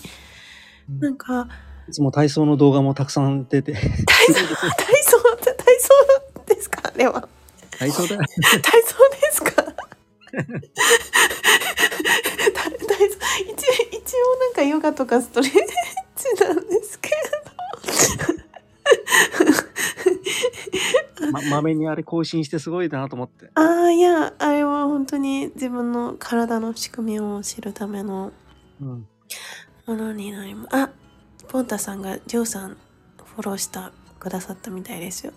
Speaker 2: うん
Speaker 1: なんか
Speaker 2: いつも体操の動画もたくさん出 て。
Speaker 1: 体操体操体操ですかあれは
Speaker 2: 体操だよ。
Speaker 1: 体操ですかた体操一一応なんかヨガとかストレッチなんですけ
Speaker 2: ま、まめにあれ更新してすごいなと思って。
Speaker 1: どああいやあれは本当に自分の体の仕組みを知るための
Speaker 2: うん。
Speaker 1: ものになりますあポンタさんがジョーさんフォローしたくださったみたいですよ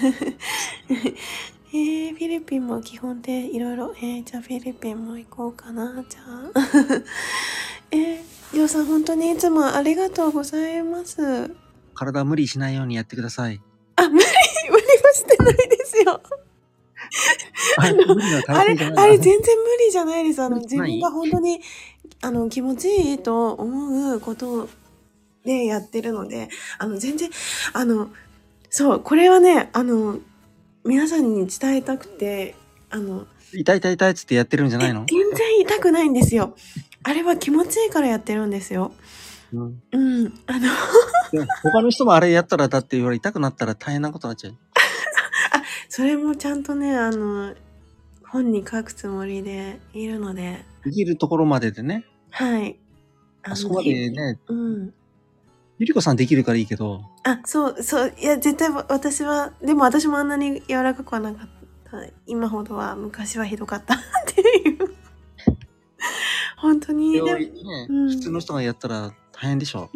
Speaker 1: えー、フィリピンも基本でいろいろえー、じゃあフィリピンも行こうかなじゃあ えー、ジョーさん本当にいつもありがとうございますあ無
Speaker 2: 体無理しないようにやってください。
Speaker 1: 理はしてないですよ
Speaker 2: あれ、無理は
Speaker 1: あ
Speaker 2: 体
Speaker 1: れ、
Speaker 2: 勢じゃ
Speaker 1: あ
Speaker 2: ない。
Speaker 1: れ全然無理じゃないです。あの、
Speaker 2: 無
Speaker 1: 自
Speaker 2: 理じゃない
Speaker 1: 分が本当に、あの、気持ちいいと思うことでやってるので、あの、全然、あの、そう、これはね、あの、皆さんに伝えたくて、あの、
Speaker 2: 痛い痛い痛いっつってやってるんじゃないの
Speaker 1: え全然痛くないんですよ。あれは気持ちいいからやってるんですよ。
Speaker 2: うん。
Speaker 1: うん。あの、
Speaker 2: で他の人もあれやったら、だって痛くなったら大変なことになっちゃう。
Speaker 1: それもちゃんとね、あの、本に書くつもりでいるので、
Speaker 2: できるところまででね、
Speaker 1: はい。
Speaker 2: あそこまでね、
Speaker 1: うん。
Speaker 2: ゆりこさんできるからいいけど、
Speaker 1: あ、そう、そう、いや、絶対わ私は、でも私もあんなに柔らかくはなかった。今ほどは、昔はひどかった っていう。本当に。
Speaker 2: そ
Speaker 1: で
Speaker 2: れ
Speaker 1: も
Speaker 2: をね、
Speaker 1: うん
Speaker 2: 普通の人がやったら大変でしょ。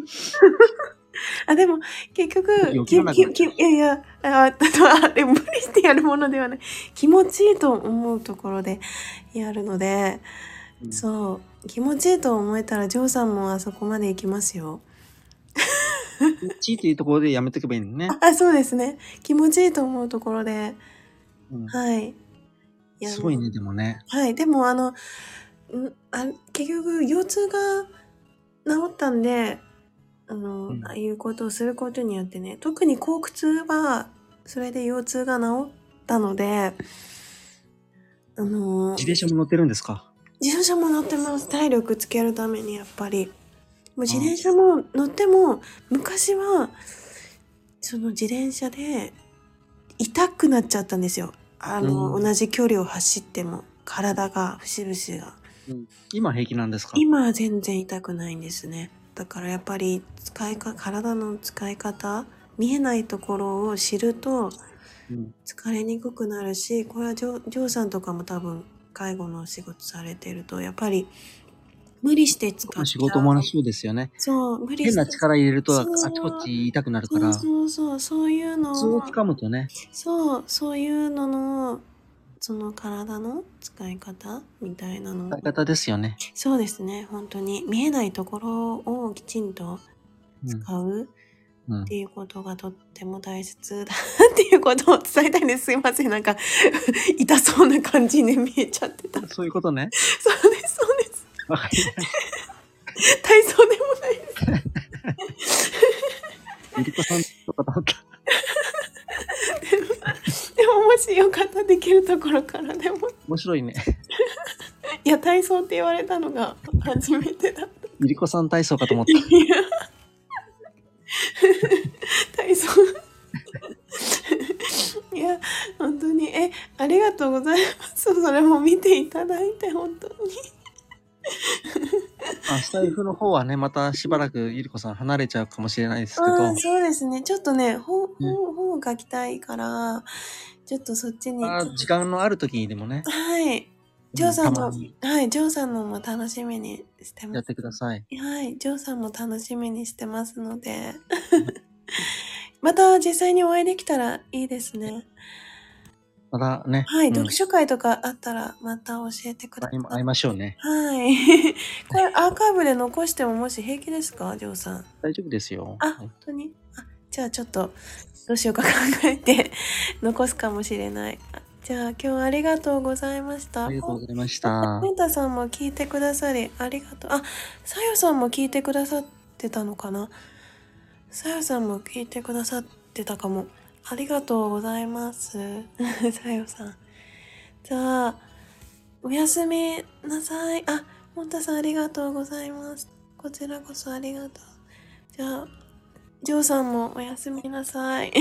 Speaker 1: あ、でも、結局、
Speaker 2: 余
Speaker 1: き
Speaker 2: 計な
Speaker 1: ききいやいや、あ、あとあれ、無理してやるものではない。気持ちいいと思うところでやるので、
Speaker 2: うん
Speaker 1: そう、気持ちいいと思えたら、ジョーさんもあそこまで行きますよ。
Speaker 2: 気持ちいいっていうところでやめとけばいいのね。
Speaker 1: あ、そうですね。気持ちいいと思うところで、
Speaker 2: うん
Speaker 1: はい。や
Speaker 2: すごいね、でもね。
Speaker 1: はい、でもあの、んあ結局腰痛が治ったんで、あの、
Speaker 2: うん
Speaker 1: ああいうことをすることによってね、特に後屈は、それで腰痛が治ったので、あの、
Speaker 2: 自転車も乗ってるんですか
Speaker 1: 自転車も乗ってます。体力つけるためにやっぱり。もう自転車も乗っても、昔は、その自転車で痛くなっちゃったんですよ。あの、
Speaker 2: うん
Speaker 1: 同じ距離を走っても、体が、節々が。
Speaker 2: 今平気なんですか
Speaker 1: 今は全然痛くないんですね。だからやっぱり使いか、体の使い方、見えないところを知ると
Speaker 2: うん
Speaker 1: 疲れにくくなるし、これはジョージョーさんとかも多分介護のお仕事されてると、やっぱり無理して使っちゃう
Speaker 2: 仕事もそうですよね。
Speaker 1: そう、無理
Speaker 2: 変な力入れるとあ
Speaker 1: そう
Speaker 2: ちこち痛くなる
Speaker 1: そ
Speaker 2: から、
Speaker 1: う
Speaker 2: 普
Speaker 1: そうそう、そういうの
Speaker 2: 通を
Speaker 1: を
Speaker 2: 掴むとね、
Speaker 1: そう、そういうのの、その体の使い方みたいなのを
Speaker 2: 使い方ですよね。
Speaker 1: そうですね、本当に見えないところをきちんと
Speaker 2: う
Speaker 1: 使うっ
Speaker 2: んうん
Speaker 1: ていうことがとっても大切だっていうことを伝えたいんです。すいません、なんか痛そうな感じに見えちゃってた。そう
Speaker 2: そういうことね。
Speaker 1: です、そうです。
Speaker 2: わかりまし
Speaker 1: 体操でもないです。
Speaker 2: た。ゆりこさんとかだった。
Speaker 1: でももしよかったらできるところからでも。
Speaker 2: 面白いね。
Speaker 1: いや、体操って言われたのが初めてだった。
Speaker 2: ゆりこさん体操かと思っ
Speaker 1: いや体操。いや、本当に、え、ありがとうございます。それも見ていただいて、本当に。
Speaker 2: た。あスタイフの方はね、またしばらくゆりこさん離れちゃうかもしれないですけ
Speaker 1: あ
Speaker 2: ど
Speaker 1: ー、そうですね。ちょっとね、本、
Speaker 2: うん
Speaker 1: 本、本を書きたいから、ちょっとそっちに。
Speaker 2: まあ時間のある時にでもね、
Speaker 1: はい。ジョーさん
Speaker 2: たま
Speaker 1: の、
Speaker 2: に
Speaker 1: はい、ジョーさんのも楽しみにして
Speaker 2: や
Speaker 1: ま
Speaker 2: っ
Speaker 1: す。
Speaker 2: てください。
Speaker 1: はい、ジョーさんも楽しみにしてますので。 また実際にお会いできたらいいですね。
Speaker 2: またね、
Speaker 1: はい、
Speaker 2: うん
Speaker 1: 読書会とかあったらまた教えてくだ
Speaker 2: ま
Speaker 1: さい。
Speaker 2: 今会いましょうね。
Speaker 1: はい。 これアーカイブで残してももし平気ですかジョーさん。
Speaker 2: 大丈夫ですよ。
Speaker 1: あ、本当にあじゃあちょっとどうしようか考えて 残すかもしれない。あじゃあ今日はありがとうございました。
Speaker 2: ありがとうございまし
Speaker 1: あ
Speaker 2: た
Speaker 1: ペ。ンタさんも聞いてくださりありがとう。あ、さよさんも聞いてくださってたのかなさよさんも聞いてくださってたかも。ありがとうございます。 さよさん。じゃあ、おやすみなさい。あ、もんたさんありがとうございます。こちらこそありがとう。じゃあ、ジョーさんもおやすみなさい。